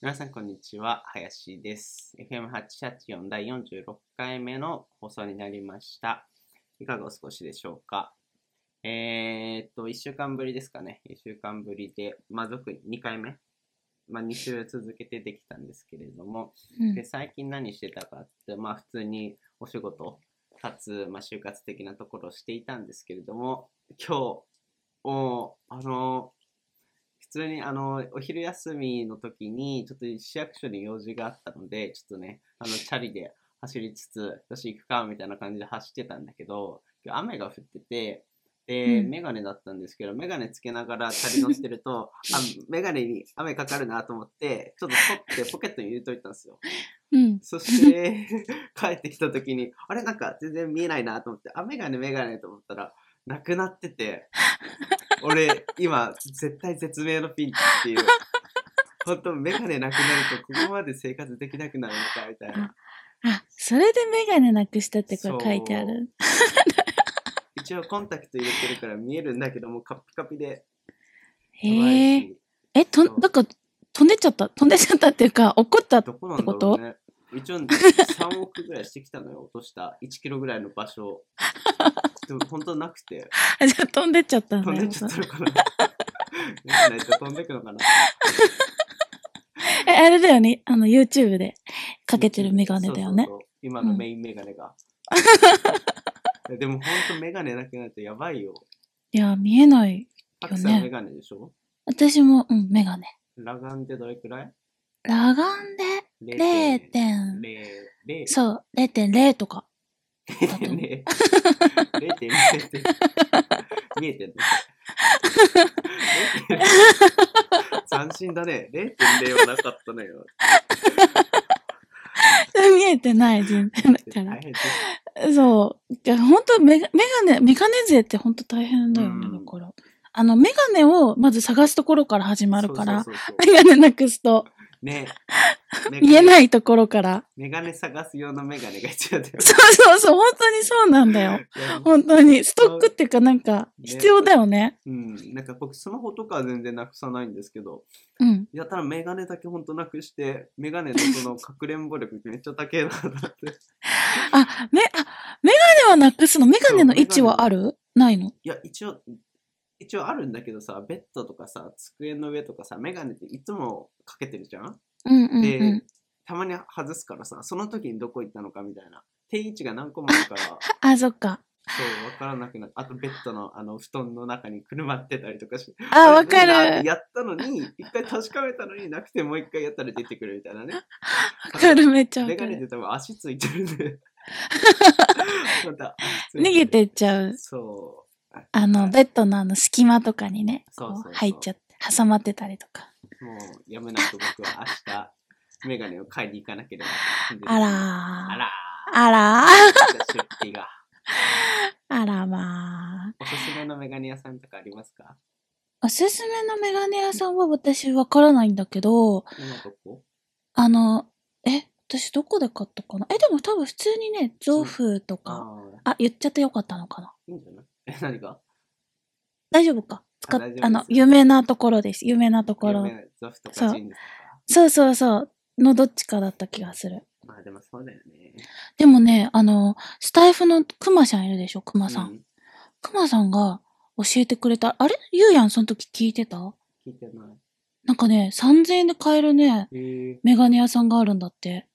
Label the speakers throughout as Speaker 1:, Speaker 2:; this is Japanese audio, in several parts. Speaker 1: 皆さん、こんにちは。林です。FM884 第46回目の放送になりました。いかがお過ごしでしょうかえー、っと、1週間ぶりですかね。1週間ぶりで、まあ、続2回目。まあ、2週続けてできたんですけれども、
Speaker 2: うん
Speaker 1: で最近何してたかって、まあ、普通にお仕事かつ、まあ、就活的なところをしていたんですけれども今日おあの普通にあのお昼休みの時にちょっと市役所に用事があったのでちょっとねあのチャリで走りつつよし行くかみたいな感じで走ってたんだけど今日雨が降っててで、
Speaker 2: うん
Speaker 1: メガネだったんですけど、メガネつけながらチャリ乗ってると、あ、メガネに雨かかるなと思って、ちょっと取ってポケットに入れといたんですよ。
Speaker 2: うん。
Speaker 1: そして、帰ってきた時に、あれなんか全然見えないなと思って、あ、メガネメガネと思ったら、なくなってて、俺、今、絶対絶命のピンチっていう。本当メガネなくなると、ここまで生活できなくなるのか、みたいな。
Speaker 2: あ、それでメガネなくしたってこれ書いてある。
Speaker 1: 一応コンタクト入れてるから見えるんだけど、もうカッピカピで。
Speaker 2: へえ。
Speaker 1: え。
Speaker 2: え、と、
Speaker 1: そう
Speaker 2: なんか、飛んでっちゃった。飛んでっちゃったっていうか、怒っちゃった。
Speaker 1: どこなんだ
Speaker 2: って
Speaker 1: ろ
Speaker 2: こ
Speaker 1: うね。一応3億ぐらいしてきたのよ、落とした。1キロぐらいの場所。でも本当なくて。
Speaker 2: あじゃあ飛んでっちゃったん
Speaker 1: 飛
Speaker 2: だ
Speaker 1: ん
Speaker 2: よ。
Speaker 1: でっちゃったのかな。 見ないと飛んでくのかな。
Speaker 2: え、あれだよね。あの、YouTube でかけてるメガネだよね
Speaker 1: そ。うそうそう今のメインメガネ が。いやでも本当メガネなくなるとやばいよ。
Speaker 2: いや、見えない。
Speaker 1: たくさんメガネでしょ
Speaker 2: 私も、うん、メガネ。
Speaker 1: 裸眼でどれくらい
Speaker 2: 裸眼で0点、
Speaker 1: 0.0。0.0
Speaker 2: そう、0.0 とか。
Speaker 1: 0.0 0.0って見えてんの斬新だね。0.0はなかったの よ。
Speaker 2: 見えてない、全然だか
Speaker 1: 大変です
Speaker 2: ら。そう。いや、本当メガメガネ、メガネ勢って本当大変だよね、
Speaker 1: うん
Speaker 2: だから。あの、メガネをまず探すところから始まるから、
Speaker 1: そうそうそうそ
Speaker 2: メガネなくすと、
Speaker 1: う ね。。
Speaker 2: 見えないいところから。
Speaker 1: メガネ探す用のメガネが必要 だよ。
Speaker 2: そうそうそう、本当にそうなんだよ。
Speaker 1: いや
Speaker 2: 本当に。ストックっていうかなんか、
Speaker 1: ね
Speaker 2: 必要だよね。
Speaker 1: うん、なんか僕スマホとかは全然なくさないんですけど
Speaker 2: うん。
Speaker 1: やたらメガネだけほんとなくしてメガネのそのかくれんぼ力めっちゃ高えなと 思って
Speaker 2: あ、め、あ、メガネはなくすのメガネの位置はあるないの
Speaker 1: いや一応一応あるんだけどさベッドとかさ机の上とかさメガネっていつもかけてるじゃん
Speaker 2: うんうん
Speaker 1: で、
Speaker 2: うん。
Speaker 1: たまに外すからさその時にどこ行ったのかみたいな定位置が何個もある からそう
Speaker 2: あ、そっか。
Speaker 1: 分からなくなってあとベッドのあの布団の中にくるまってたりとかして
Speaker 2: あ、わか
Speaker 1: あれなんだ
Speaker 2: る。
Speaker 1: やったのに、一回確かめたのになくて、もう一回やったら出てくるみたいなね。
Speaker 2: わかる、めっちゃわ
Speaker 1: メ
Speaker 2: か
Speaker 1: ガネ
Speaker 2: る。
Speaker 1: で多分足ついてるん で。また足つい
Speaker 2: 逃げてっちゃう。
Speaker 1: そう。
Speaker 2: あの、ベッドのあの隙間とかにね、
Speaker 1: そうそう
Speaker 2: こ
Speaker 1: そう
Speaker 2: う入っちゃって、挟まってたりとか。
Speaker 1: もうやむなく僕は明日、メガネを買いに行かなければ。
Speaker 2: あ
Speaker 1: あ
Speaker 2: らー。
Speaker 1: ら
Speaker 2: あらー。
Speaker 1: ー。出費が。
Speaker 2: あらまあ。
Speaker 1: おすすめのメガネ屋さんとかありますか
Speaker 2: おすすめのメガネ屋さんは私わからないんだけど、
Speaker 1: 今どこ
Speaker 2: あの、え、私どこで買ったかなえ、でも多分普通にね、ゾフと
Speaker 1: あ
Speaker 2: か、
Speaker 1: あ、
Speaker 2: あ、言っちゃってよかったのかな
Speaker 1: うんいいんじゃない え、何が
Speaker 2: 大丈夫か使
Speaker 1: あ大
Speaker 2: っ
Speaker 1: 丈夫です
Speaker 2: あの、有名なところです。有名なところ
Speaker 1: 有名。なゾフとかジーンズとか。
Speaker 2: そうそうそう。のどっちかだった気がする。
Speaker 1: まあでもそうだよね。
Speaker 2: でもね、あの、スタイフのクマさんいるでしょ、クマさ。
Speaker 1: うんん
Speaker 2: クマさんが教えてくれた。あれゆうやんその時聞いてた
Speaker 1: 聞いてない。
Speaker 2: なんかね、3000円で買えるね、
Speaker 1: へえ
Speaker 2: メガネ屋さんがあるんだって。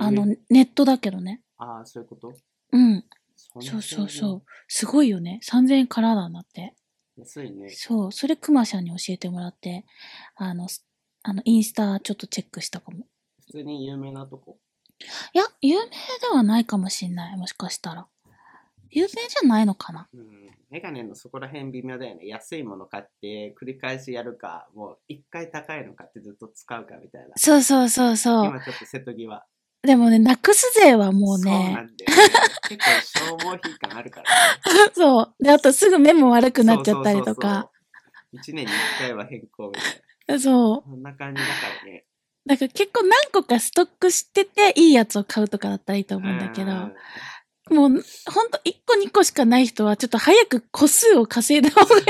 Speaker 2: あの、ネットだけどね。
Speaker 1: ああ、そういうこと
Speaker 2: うん。
Speaker 1: そんな
Speaker 2: そうそう
Speaker 1: 感
Speaker 2: そう。すごいよね。3000円からなんだって。
Speaker 1: じ安いね。
Speaker 2: そう。それ、くまちゃんに教えてもらって、あの、すあの、インスタちょっとチェックしたかも。
Speaker 1: 普通に有名なとこ。
Speaker 2: いや、有名ではないかもしんない。もしかしたら。有名じゃないのかな
Speaker 1: うん。メガネのそこら辺微妙だよね。安いもの買って繰り返しやるか、もう一回高いの買ってずっと使うかみたいな。
Speaker 2: そうそうそうそう。
Speaker 1: 今ちょっと瀬戸際。
Speaker 2: でもね、なくす勢はもう
Speaker 1: そうな
Speaker 2: ね、
Speaker 1: んだよね結構消耗品感あるから、ね。
Speaker 2: そうで、あとすぐ目も悪くなっちゃったりとか。
Speaker 1: そうそうそうそう。1年に1回は変更みたいな。
Speaker 2: そう。
Speaker 1: こんな感じだからね。
Speaker 2: だから結構何個かストックしてて、いいやつを買うとかだったらいいと思うんだけど。
Speaker 1: うん
Speaker 2: もう、ほんと1個2個しかない人は、ちょっと早く個数を稼いだ方がいい。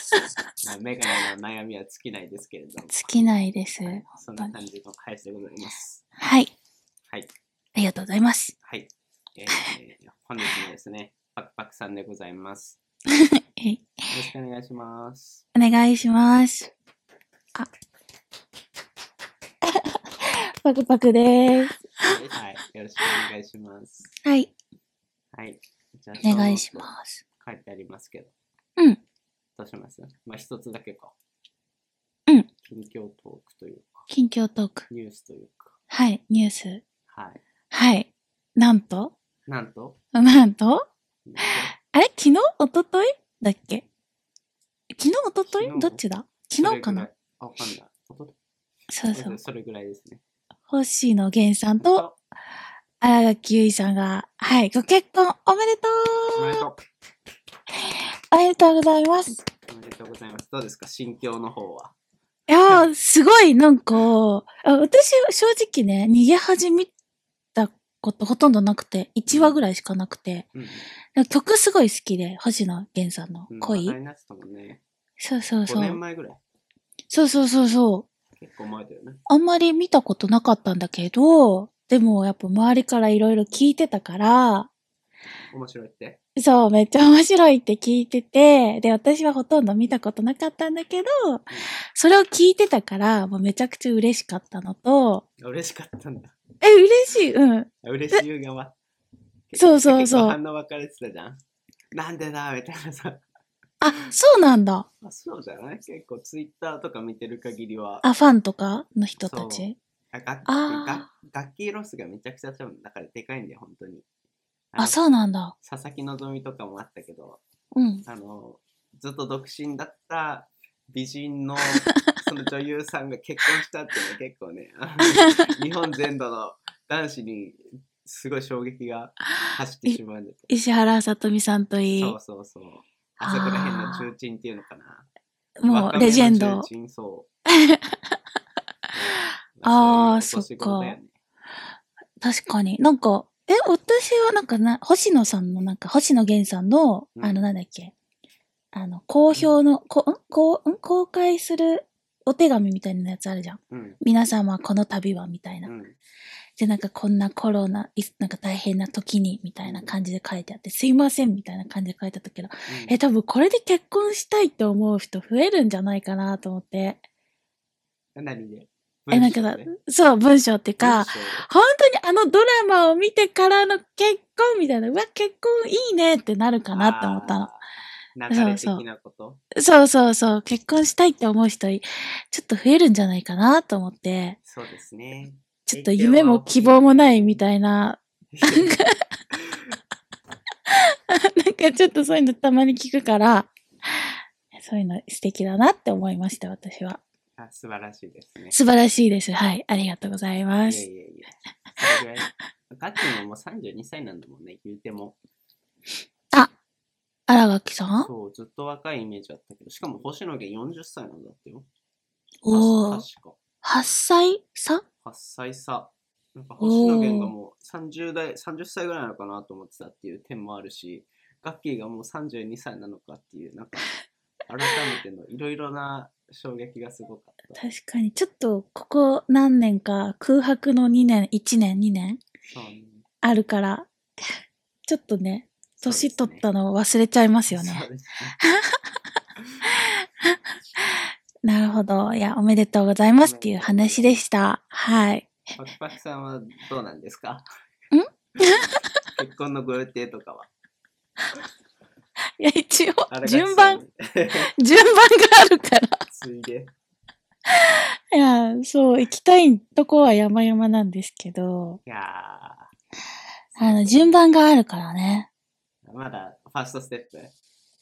Speaker 1: そうそうはい。まあメガネの悩みは尽きないですけれども、
Speaker 2: 尽きないです。
Speaker 1: そんな感じの返しでございます。
Speaker 2: はい。
Speaker 1: はい。
Speaker 2: ありがとうございます。
Speaker 1: はい。 えー、本日もですね、パクパクさんでございます。
Speaker 2: えい
Speaker 1: よろしくお願いします。
Speaker 2: お願いします。あ。 パクパクでーす。
Speaker 1: はい。よろしくお願いします。
Speaker 2: はい。
Speaker 1: はい。じゃあ
Speaker 2: お願いします。
Speaker 1: 書いてありますけど。
Speaker 2: うん。
Speaker 1: どうしますまあ、一つだけか。
Speaker 2: うん。
Speaker 1: 近況トークというか、
Speaker 2: 近況トーク。
Speaker 1: ニュースという
Speaker 2: はい。ニュース。
Speaker 1: か。はい。
Speaker 2: はい。なんと
Speaker 1: なんと、
Speaker 2: なんと
Speaker 1: なん
Speaker 2: あれ昨日一昨日だっけ昨日一昨
Speaker 1: 昨日
Speaker 2: 日どっちだ昨日かな
Speaker 1: とそれぐらいあ、わかんない。おと
Speaker 2: そうそう。
Speaker 1: それぐらいですね。
Speaker 2: 星野源さんと新垣結衣さんが、はい、ご結婚おめでと
Speaker 1: おめで
Speaker 2: う
Speaker 1: と
Speaker 2: おめでとうございます。
Speaker 1: う。おめでとうございます。どうですか心境の方は。
Speaker 2: いやー、すごい、なんか、あ私、正直ね、逃げ始めたことほとんどなくて、1話ぐらいしかなくて、
Speaker 1: うん。
Speaker 2: でも曲すごい好きで、星野源さんの
Speaker 1: うん
Speaker 2: 恋。
Speaker 1: 話題になってたもんね。
Speaker 2: そうそう
Speaker 1: 5
Speaker 2: そ
Speaker 1: 年
Speaker 2: う。
Speaker 1: 前ぐらい。
Speaker 2: そうそうそうそう。
Speaker 1: 結構前だよね。
Speaker 2: あんまり見たことなかったんだけど、でもやっぱ周りからいろいろ聞いてたから、
Speaker 1: 面白いって。
Speaker 2: そう、めっちゃ面白いって聞いてて、で、私はほとんど見たことなかったんだけど、それを聞いてたから、もうめちゃくちゃ嬉しかったのと、
Speaker 1: 嬉しかったんだ。
Speaker 2: え、嬉しい、うん。
Speaker 1: 嬉しい側。
Speaker 2: そうそう
Speaker 1: 結
Speaker 2: そう
Speaker 1: 構反応分かれてたじゃん。なんでだみたいなさ。
Speaker 2: あ、そうなんだ。
Speaker 1: まあ、そうじゃない結構ツイッターとか見てる限りは、
Speaker 2: あ、ファンとかの人た
Speaker 1: そう
Speaker 2: ち。
Speaker 1: あ楽
Speaker 2: あ
Speaker 1: 楽楽器ロスがめちゃくちゃ多分だからでかいんだよ、本当に。の
Speaker 2: あ、そうなんだ。
Speaker 1: 佐々木希とかもあったけど、
Speaker 2: うん。
Speaker 1: あの、ずっと独身だった美人 のその女優さんが結婚したっていうのは結構ね、あ の日本全土の男子にすごい衝撃が走ってしまうんだけ
Speaker 2: 石原さとみさんといい、
Speaker 1: ど。そうそうそう。あそこら辺の中鎮っていうのかな。
Speaker 2: もうレジェンド
Speaker 1: 若。めの重鎮 そう。
Speaker 2: あー
Speaker 1: そういうお年頃だよね
Speaker 2: 確かに。なんか、え、私はなんかな、星野さんの、なんか、星野源さんの、
Speaker 1: うん
Speaker 2: あの、なんだっけ、あの、公表の、こんこうん公開するお手紙みたいなやつあるじゃん。
Speaker 1: うん
Speaker 2: 皆様この旅は、みたいな。
Speaker 1: うん。
Speaker 2: で、なんか、こんなコロナ、いなんか大変な時に、みたいな感じで書いてあって、すいません、みたいな感じで書いてあったけど、え、多分これで結婚したいって思う人増えるんじゃないかなと思って。
Speaker 1: うん、何で
Speaker 2: え、なんか
Speaker 1: 文章
Speaker 2: さ
Speaker 1: で、
Speaker 2: そう、文章ってか、
Speaker 1: 文章
Speaker 2: 本当にあのドラマを見てからの結婚みたいな、うわ、結婚いいねってなるかなって思ったの。
Speaker 1: あー流れ的なこと
Speaker 2: そうそうそう、結婚したいって思う人、ちょっと増えるんじゃないかなと思って、
Speaker 1: そうですね。
Speaker 2: ちょっと夢も希望もないみたいな、 なんかちょっとそういうのたまに聞くから、そういうの素敵だなって思いました、私は。
Speaker 1: あ素晴らしいですね。
Speaker 2: 素晴らしいです。はい、ありがとうございま
Speaker 1: いや
Speaker 2: す。
Speaker 1: いやいや。それぐらい。ガッチももう32歳なんだもんね、言うても。
Speaker 2: あ、荒垣さん
Speaker 1: そう、ずっと若いイメージあったけど、しかも星野源40歳なんだってよ。
Speaker 2: お
Speaker 1: 確
Speaker 2: ー、
Speaker 1: か。
Speaker 2: 8歳差
Speaker 1: 8歳差。なんか星野源がもう30代、30歳ぐらいなのかなと思ってたっていう点もあるし、ガッキーがもう32歳なのかっていう、なんか、改めてのいろいろな衝撃がすごかった。
Speaker 2: 確かに、ちょっと、ここ何年か空白の2年、1年、2年
Speaker 1: そうね。
Speaker 2: あるから、ちょっとね、 年取った
Speaker 1: ん
Speaker 2: のを忘れちゃいます
Speaker 1: で
Speaker 2: よね。
Speaker 1: す
Speaker 2: なるほど。いや、おめでとうございますっていう話でした。はい。
Speaker 1: ねパキパキさんはどうなんですか
Speaker 2: ん
Speaker 1: 結婚のご予定とかは。
Speaker 2: いや、一応
Speaker 1: あ、れ
Speaker 2: 順番、。
Speaker 1: ガッキーさんに
Speaker 2: 順番があるから。
Speaker 1: ついで。
Speaker 2: いや、そう、行きたいとこは山々なんですけど、
Speaker 1: いやー
Speaker 2: あの、順番があるからね。
Speaker 1: まだファーストステップ。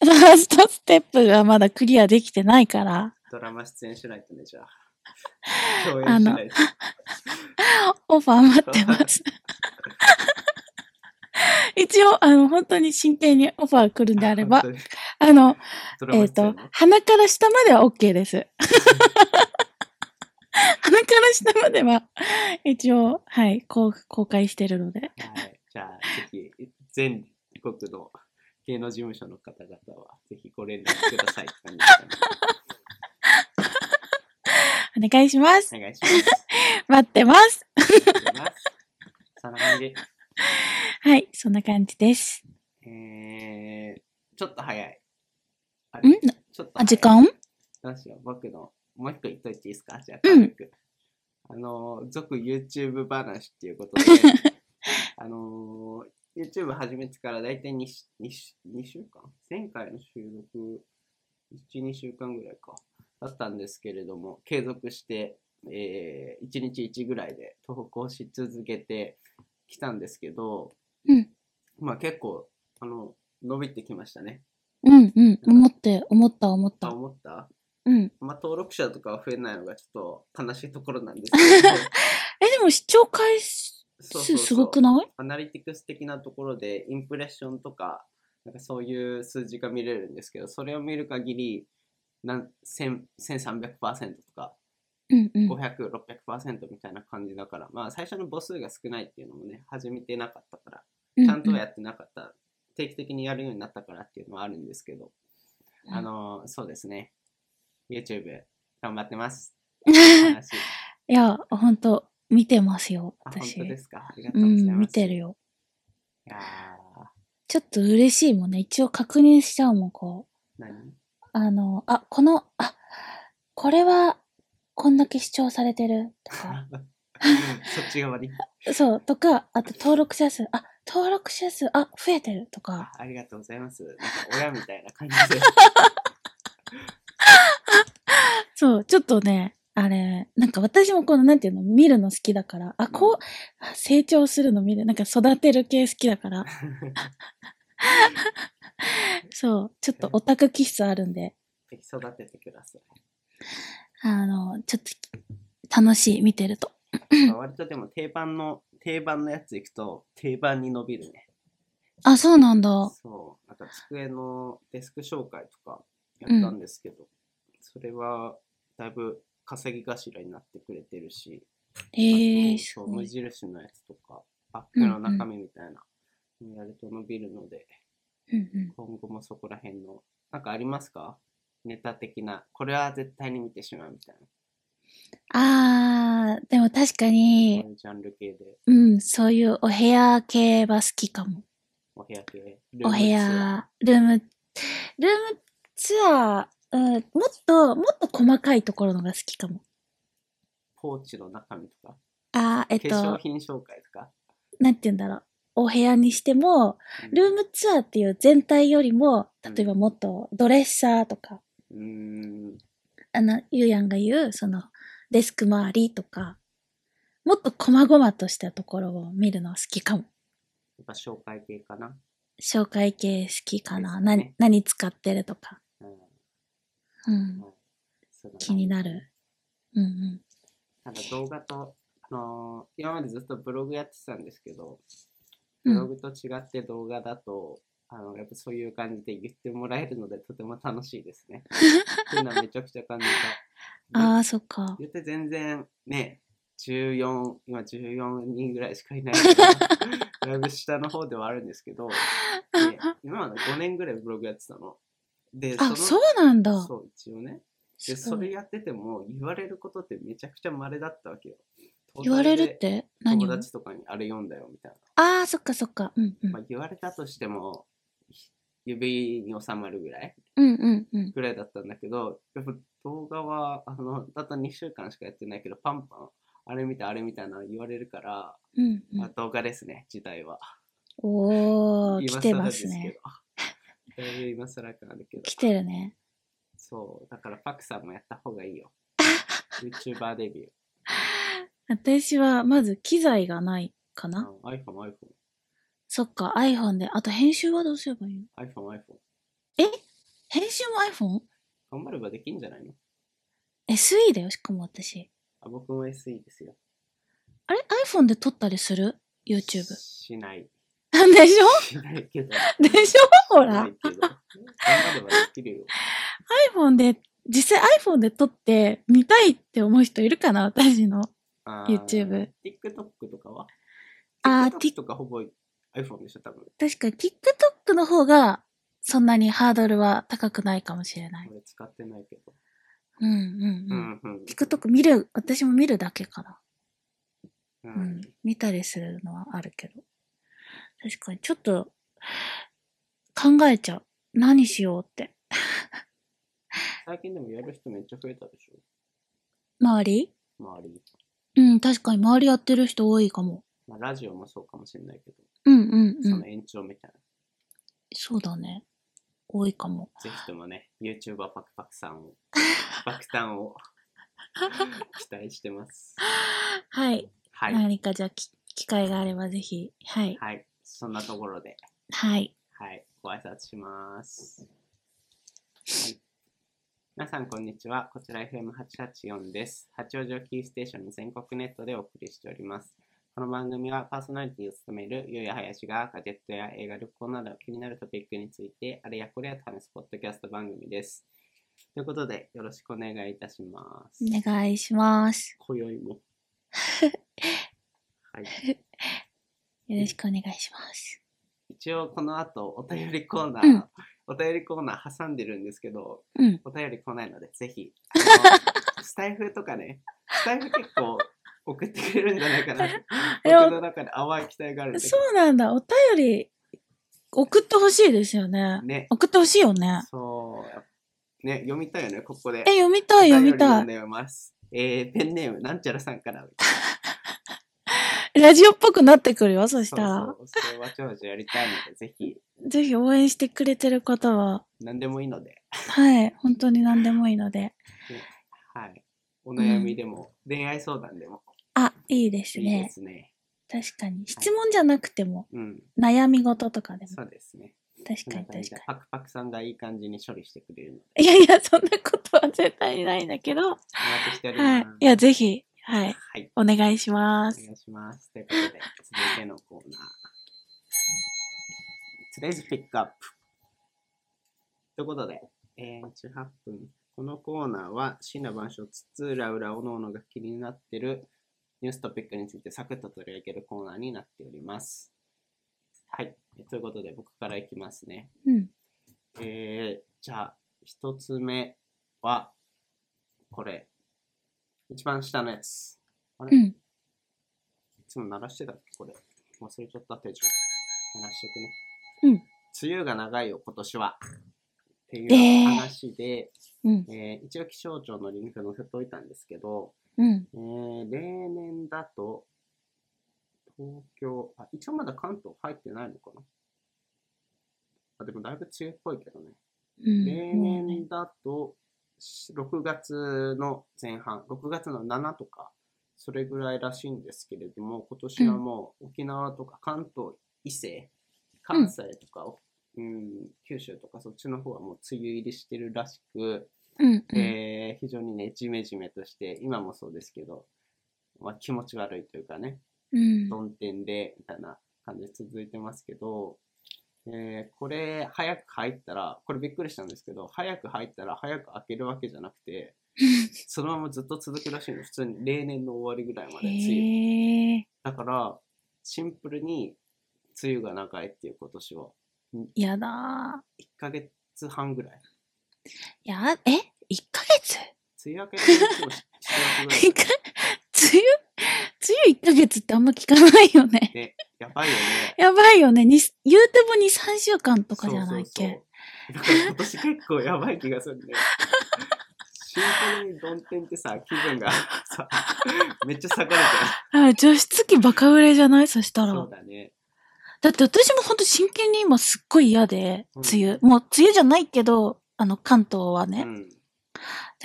Speaker 2: ファーストステップがまだクリアできてないから、
Speaker 1: ドラマ出演しないとね、じゃあ。共演しないと。
Speaker 2: オファー待ってます。一応、あの、本当に真剣にオファー来るんであれば、
Speaker 1: 本当に
Speaker 2: あの、
Speaker 1: ドラ
Speaker 2: え
Speaker 1: マ出
Speaker 2: っ、
Speaker 1: 演
Speaker 2: と
Speaker 1: の、
Speaker 2: 鼻から下までは OK です。鼻から下までは、一応、はい、こう公開してるので。
Speaker 1: はい。じゃあ、ぜひ、全国の芸能事務所の方々は、ぜひご連絡くださいって感じですかね
Speaker 2: お願いします。
Speaker 1: お願いします。
Speaker 2: 待ってます。
Speaker 1: ありがとうございますそんな感じです。
Speaker 2: はい、そんな感じです。
Speaker 1: えー、ちょっと早い。あ
Speaker 2: ん
Speaker 1: れちょっと早
Speaker 2: あ、
Speaker 1: い
Speaker 2: 時間
Speaker 1: どうしよう、僕の、もう一個言っといていいですかじゃあ、
Speaker 2: うん
Speaker 1: 軽くあのー、続 YouTube 話っていうことで、 あのー、YouTube 始めてから大体 2, 2, 2週間前回の収録、1、2週間ぐらいか、だったんですけれども、継続して、えー、1日1ぐらいで投稿し続けてきたんですけど、
Speaker 2: うん。
Speaker 1: まあ結構、あの、伸びてきましたね。
Speaker 2: うんうん。思って、思った、思っ
Speaker 1: あ、
Speaker 2: た。
Speaker 1: 思った
Speaker 2: うん。
Speaker 1: まあ、登録者とかは増えないのがちょっと悲しいところなんですけ ど
Speaker 2: え、でも視聴回数
Speaker 1: そうそうそう
Speaker 2: すごくない
Speaker 1: アナリティクス的なところでインプレッションとかなんかそういう数字が見れるんですけどそれを見る限りなん1000 1300%とか
Speaker 2: うんうん。
Speaker 1: 500600%みたいな感じだから、まあ最初の母数が少ないっていうのもね始めてなかったから
Speaker 2: うん
Speaker 1: ちゃんとはやってなかった、定期的にやるようになったからっていうのはあるんですけど、
Speaker 2: うん
Speaker 1: あのそうですね YouTube 頑張って ます。
Speaker 2: い
Speaker 1: 話
Speaker 2: や、ほんと、見てますよ、
Speaker 1: あ本
Speaker 2: 私。
Speaker 1: 当ですか。ありがとう
Speaker 2: う
Speaker 1: ございます。
Speaker 2: ん、見てるよ。
Speaker 1: いやー
Speaker 2: ちょっと嬉しいもんね。一応確認しちゃうもん、こ
Speaker 1: 何
Speaker 2: う。あの、あ、この、あ、これは、こんだけ視聴されてる とか。
Speaker 1: そっち側に。
Speaker 2: そう、とか、あと登録者数、あ、登録者数、あ、増えてると
Speaker 1: あ
Speaker 2: か。
Speaker 1: ありがとうございます。なんか親みたいな感じ で。
Speaker 2: そう、ちょっとね、あれ、なんか私もこの、なんていうの、見るの好きだから、あ、こう、あ成長するの見る、なんか育てる系好きだ から。そう、ちょっとオタク気質あるんで、
Speaker 1: ぜひ育ててください。
Speaker 2: あの、ちょっと、楽しい、見てると。
Speaker 1: まあ割とでも定番の、定番のやついくと定番に伸びるね。
Speaker 2: あ、そうなんだ。
Speaker 1: そう。なんか机のデスク紹介とかやったんですけど、それはだいぶ稼ぎ頭になってくれてるし、
Speaker 2: ええー、
Speaker 1: あと
Speaker 2: す
Speaker 1: そう
Speaker 2: ご
Speaker 1: 無
Speaker 2: い。
Speaker 1: 印のやつとか、アップの中身みたいな、やると伸びるので、
Speaker 2: うんうん。
Speaker 1: 今後もそこら辺の、なんかありますかネタ的な、これは絶対に見てしまうみたい
Speaker 2: あー、でも確か
Speaker 1: な、
Speaker 2: に
Speaker 1: こ、ういうジャンル系で、
Speaker 2: うん、そういうお部屋系は好きかも。
Speaker 1: お部屋系、
Speaker 2: お
Speaker 1: ル
Speaker 2: 部
Speaker 1: ームツア
Speaker 2: 屋、ルーム、ルームツアー、うん、もっと、もっと細かいところのが好きかも。
Speaker 1: ーポーチの中身とか、
Speaker 2: あー、えっ
Speaker 1: 化粧
Speaker 2: と、
Speaker 1: 品紹介とか、
Speaker 2: なんて言うんだろう。お部屋にしても、
Speaker 1: うん
Speaker 2: ルームツアーっていう全体よりも、
Speaker 1: うん
Speaker 2: 例えばもっとドレッサーとか、
Speaker 1: うーん、
Speaker 2: あの、ゆうやんが言う、その、デスク周りとか、もっと細々としたところを見るの好きかも。
Speaker 1: やっぱ紹介系かな。
Speaker 2: 紹介系好きかな。
Speaker 1: ですね
Speaker 2: な何使ってるとか。
Speaker 1: うん
Speaker 2: うん。
Speaker 1: そんな感じ
Speaker 2: 気になる。うんうん。
Speaker 1: なんか動画と、あのー今までずっとブログやってたんですけど、
Speaker 2: うん
Speaker 1: ブログと違って動画だと、あのやっぱそういう感じで言ってもらえるのでとても楽しいです ね。っていうのはめちゃくちゃ感じた。
Speaker 2: ああ、そっか。
Speaker 1: 言って全然ね、14、今14人ぐらいしかいない から、だいぶ下の方ではあるんですけど、で今まで5年ぐらいブログやってたの。で、
Speaker 2: あ、
Speaker 1: の
Speaker 2: そうなんだ。
Speaker 1: そう、一応ね。
Speaker 2: す
Speaker 1: で、
Speaker 2: ご
Speaker 1: そ
Speaker 2: い
Speaker 1: れやってても言われることってめちゃくちゃ稀だったわけよ。
Speaker 2: 言われる
Speaker 1: 東大で
Speaker 2: って何
Speaker 1: 友
Speaker 2: を
Speaker 1: 達とかにあれ読んだよみたい
Speaker 2: ああ、そっかそっか。うんうん。
Speaker 1: な。まあ、言われたとしても、ひ指に収まるぐらい
Speaker 2: うんうんうん。
Speaker 1: ぐらいだったんだけど、やっぱ動画は、あの、たった2週間しかやってないけど、パンパン、あれ見たあれ見たな言われるから、
Speaker 2: うんう
Speaker 1: まあ
Speaker 2: ん、
Speaker 1: 動画ですね、時代は。
Speaker 2: おー、来
Speaker 1: 今
Speaker 2: て
Speaker 1: 更
Speaker 2: ま
Speaker 1: ですすけ
Speaker 2: ね。
Speaker 1: ど。だいぶ今更感あるけど。
Speaker 2: 来てるね。
Speaker 1: そう、だからパクさんもやった方がいいよ。YouTuber デビュー。
Speaker 2: 私は、まず機材がないか
Speaker 1: う
Speaker 2: な。
Speaker 1: ん iPhone、iPhone、
Speaker 2: そっか、iPhone で。あと編集はどうすればいいの
Speaker 1: iPhone、iPhone。
Speaker 2: 編集も iPhone?
Speaker 1: 頑張ればできんじゃないの
Speaker 2: SE だよ、しかも私。
Speaker 1: あ僕も SE ですよ。
Speaker 2: あれ ?iPhone で撮ったりする ?YouTube。
Speaker 1: しない。
Speaker 2: でし
Speaker 1: しないけど。
Speaker 2: ょでしょほ
Speaker 1: し。な
Speaker 2: ら
Speaker 1: いけど頑張ればできるよ。
Speaker 2: iPhone で、実際 iPhone で撮って見たいって思う人いるかな私の。
Speaker 1: あー
Speaker 2: YouTube。
Speaker 1: TikTok とかは
Speaker 2: あー
Speaker 1: TikTok とかほぼ iPhone でしょ、多分。
Speaker 2: 確か TikTok の方がそんなにハードルは高くないかもしれない。
Speaker 1: 俺使ってないけど。
Speaker 2: うんうん
Speaker 1: う
Speaker 2: うん。
Speaker 1: んうん。
Speaker 2: TikTok 見る、私も見るだけかな。
Speaker 1: う
Speaker 2: うんん。見たりするのはあるけど。確かに、ちょっと、考えちゃう。何しようって。
Speaker 1: 最近でもやる人めっちゃ増えたでしょ
Speaker 2: 周り
Speaker 1: 周り。
Speaker 2: うん、確かに周りやってる人多いかも。
Speaker 1: まあ、ラジオもそうかもしれないけど、
Speaker 2: うんうんう
Speaker 1: その
Speaker 2: ん。
Speaker 1: 延長みたいな。
Speaker 2: そうだね。多いかも。
Speaker 1: ぜひともね、YouTuber パクパクさんを、爆誕を期待してます。
Speaker 2: はい。
Speaker 1: はい。
Speaker 2: 何かじゃあ、き機会があればぜひ。はい。
Speaker 1: はい。そんなところで、
Speaker 2: はい。
Speaker 1: はい。ご挨拶します。はい。皆さん、こんにちは。こちら FM884 です。八王子をキーステーションに全国ネットでお送りしております。この番組はパーソナリティを務めるゆうやはやしがガジェットや映画、旅行など気になるトピックについてあれやこれやと話すポッドキャスト番組です。ということで、よろしくお願いいたします。
Speaker 2: お願いします。
Speaker 1: 今宵 も。はい。
Speaker 2: よろしくお願いします。
Speaker 1: 一応この後お便りコーナー、
Speaker 2: うん
Speaker 1: お便りコーナー挟んでるんですけど
Speaker 2: うん。
Speaker 1: お便り来ないのでぜひ あのスタイフとかねスタイフ結構送ってくれるんじゃないかなって
Speaker 2: いや
Speaker 1: 僕の中で淡い期待があるんです
Speaker 2: そうなんだ。お便り、送ってほしいですよね。
Speaker 1: ね
Speaker 2: 送ってほしいよね。
Speaker 1: そうね読みたいよねここで
Speaker 2: え、読みたい、読みた
Speaker 1: お便りを読んで
Speaker 2: い。
Speaker 1: ますえー、ペンネームなんちゃらさんから
Speaker 2: ラジオっぽくなってくるよ、そ
Speaker 1: そ
Speaker 2: したら。
Speaker 1: うそうそれは長寿やりたいのでぜひ
Speaker 2: ぜひ応援してくれてる方は、
Speaker 1: 何でもいいので
Speaker 2: はい、本当に何でもいいので。
Speaker 1: はいお悩みでも、恋愛相談でも
Speaker 2: あ、いいです
Speaker 1: いいで
Speaker 2: ね。
Speaker 1: すね
Speaker 2: 確かに。質問じゃなくても、
Speaker 1: うん
Speaker 2: 悩み事とかでも。
Speaker 1: そうですね
Speaker 2: 確か
Speaker 1: なん
Speaker 2: に
Speaker 1: か
Speaker 2: 確
Speaker 1: パ
Speaker 2: か
Speaker 1: クパクさんがいい感じに処理してくれるので、
Speaker 2: に。いやいや、そんなことは絶対にないんだけど。
Speaker 1: お
Speaker 2: は
Speaker 1: 待ちしてお
Speaker 2: い
Speaker 1: ります。。
Speaker 2: いや、ぜひ、はい、
Speaker 1: はい。
Speaker 2: お願いしま
Speaker 1: お
Speaker 2: す。
Speaker 1: 願いします。という ことで、続いてのコーナー。Today's Pick Up。ということで、えー、18分。このコーナーは、死の晩書、つつ裏裏、おのおのが気になってるニューストピックについてサクッと取り上げるコーナーになっております。はい。ということで、僕からいきますね。
Speaker 2: うん。
Speaker 1: えー、じゃあ、一つ目は、これ。一番下のやつ。あれ、
Speaker 2: う
Speaker 1: い
Speaker 2: ん。
Speaker 1: つも鳴らしてたっけこれ。忘れちゃった手順。鳴らしてく
Speaker 2: う
Speaker 1: ね。
Speaker 2: ん。
Speaker 1: 梅雨が長いよ、今年は。っていう
Speaker 2: えー
Speaker 1: 話で、
Speaker 2: うん。
Speaker 1: えー一応気象庁のリンク載せといたんですけど、
Speaker 2: うん。
Speaker 1: えー、例年だと、東京、あ、一応まだ関東入ってないのかなあ、でもだいぶ梅雨っぽいけどね。
Speaker 2: うん。
Speaker 1: 例
Speaker 2: もうね
Speaker 1: 年だとし6月の前半6月の7とかそれぐらいらしいんですけれども今年はもう沖縄とか関東以西関西とか、うん、九州とかそっちの方はもう梅雨入りしてるらしく、
Speaker 2: うん。うん
Speaker 1: えー非常にねジメジメとして今もそうですけど、まあ、気持ち悪いというかね
Speaker 2: うん。
Speaker 1: 論点でみたいな感じで続いてますけど、えーこれ早く入ったらこれびっくりしたんですけど早く入ったら早く開けるわけじゃなくてそのままずっと続くらしいの普通に例年の終わりぐらいまで梅雨
Speaker 2: へえ。
Speaker 1: だからシンプルに梅雨が長いっていう今年は
Speaker 2: やだ
Speaker 1: 1ヶ月半ぐらい
Speaker 2: ー。や、え ?1 ヶ月
Speaker 1: 梅雨明けの話もししてなくない
Speaker 2: 一回梅雨梅雨1ヶ月ってあんま聞かない よね。
Speaker 1: ねやばいよね
Speaker 2: やばいよね。に言うても2、3週間とかじゃないっけ。
Speaker 1: そうそうそうだから今年結構やばい気がするね。シンプルに論点ってさ、気分がさ、 めっちゃ下がるじ
Speaker 2: あ除湿器バカ売れじゃないそした
Speaker 1: ゃん。
Speaker 2: ら。
Speaker 1: そうだね。
Speaker 2: だって私も本当真剣に今すっごい嫌で、
Speaker 1: うん
Speaker 2: 梅雨。もう梅雨じゃないけど、あの関東は
Speaker 1: う
Speaker 2: ね。
Speaker 1: ん。
Speaker 2: だ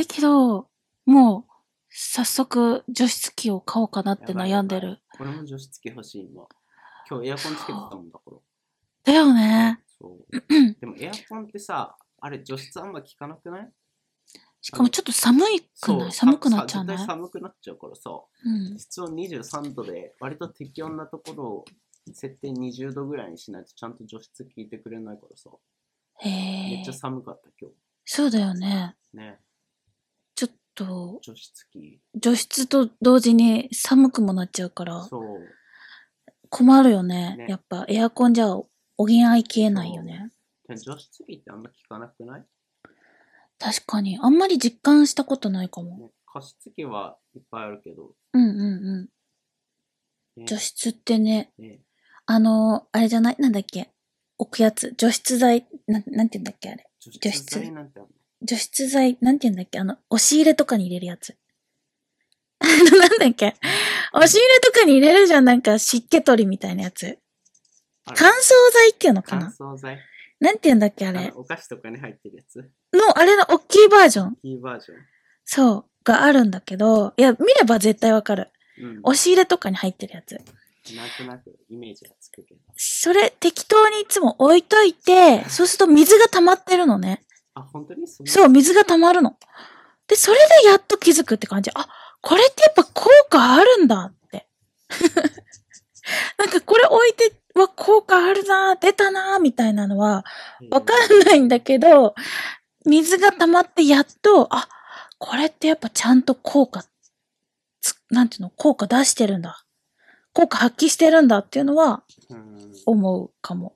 Speaker 2: けど、もう早速除湿器を買おうかなって悩んで
Speaker 1: やばいや
Speaker 2: る。
Speaker 1: これも除湿器欲しい今。今日エアコンつけてたもんだから。
Speaker 2: だよね。
Speaker 1: そう。でもエアコンってさ、あれ除湿あんま効かなくない
Speaker 2: しかもちょっと寒いく
Speaker 1: そ
Speaker 2: な
Speaker 1: う。
Speaker 2: い寒くなっちゃ
Speaker 1: さ
Speaker 2: うね
Speaker 1: 絶。対寒くなっちゃうからさ、
Speaker 2: うん。
Speaker 1: 室温23度で割と適温なところを設定20度ぐらいにしないとちゃんと除湿効いてくれないからさ、め
Speaker 2: へえ
Speaker 1: っちゃ。寒かった今
Speaker 2: そうだよね。
Speaker 1: 日。ね。
Speaker 2: ちょっと、
Speaker 1: 除湿機。
Speaker 2: 除湿と同時に寒くもなっちゃうから、
Speaker 1: そう。
Speaker 2: 困るよね。
Speaker 1: ね
Speaker 2: やっぱエアコンじゃ補いきれないよね。
Speaker 1: でも女子次ってあんま聞かなくない、
Speaker 2: 確かに。あんまり実感したことないかも。
Speaker 1: ね、加湿器はいっぱいあるけど。
Speaker 2: うんうんうん。
Speaker 1: ね、
Speaker 2: 除湿ってね、
Speaker 1: ね
Speaker 2: あの、あれじゃないなんだっけ置くやつ。除湿剤、なん、なんて言うんだっけあれ。
Speaker 1: 除湿
Speaker 2: 除湿
Speaker 1: 剤なんてあんの
Speaker 2: 除湿剤、なんて言うんだっけあの、押し入れとかに入れるやつ。 あの、なんだっけ押し入れとかに入れるじゃん。なんか湿気取りみたいなやつ。
Speaker 1: あれ
Speaker 2: 乾燥剤っていうのか
Speaker 1: 乾
Speaker 2: な
Speaker 1: 燥剤
Speaker 2: なんて言うんだっけあ
Speaker 1: あ
Speaker 2: れ
Speaker 1: の。お菓子とかに入ってるやつ
Speaker 2: の、あれの大きいバージョン。
Speaker 1: いいバージョン。
Speaker 2: そう。があるんだけど、いや、見れば絶対わかる。
Speaker 1: うん、
Speaker 2: 押し入れとかに入ってるやつ。
Speaker 1: なんとなくイメージがつくけど。
Speaker 2: それ、適当にいつも置いといて、そうすると水が溜まってるのね。
Speaker 1: あ、本当にそんな
Speaker 2: そう、水が溜まるの。で、それでやっと気づくって感じ。あ、これってやっぱ効果あるんだって。 なんかこれ置いて、は効果あるな出たなみたいなのは、
Speaker 1: えー
Speaker 2: わかんないんだけど、水が溜まってやっと、あ、これってやっぱちゃんと効果、つなんていうの、効果出してるんだ。効果発揮してるんだっていうのは
Speaker 1: うん
Speaker 2: 思うかも。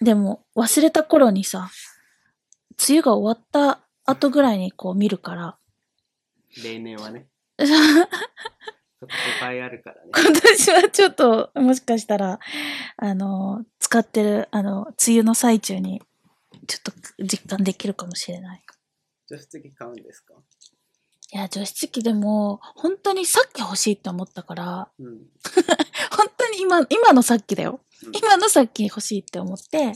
Speaker 2: でも忘れた頃にさ、梅雨が終わった後ぐらいにこう見る から、
Speaker 1: 例年はね、
Speaker 2: 今
Speaker 1: ちょっと誤解あるからね。
Speaker 2: 年はちょっともしかしたら、あの、使ってる、あの、梅雨の最中に、ちょっと実感できるかもしれない。
Speaker 1: 除湿器買うんですか
Speaker 2: いや、除湿器でも、本当にさっき欲しいって思ったから、
Speaker 1: うん。
Speaker 2: 本当に今、今のさっきだよ
Speaker 1: うん。
Speaker 2: 今のさっき欲しいって思って、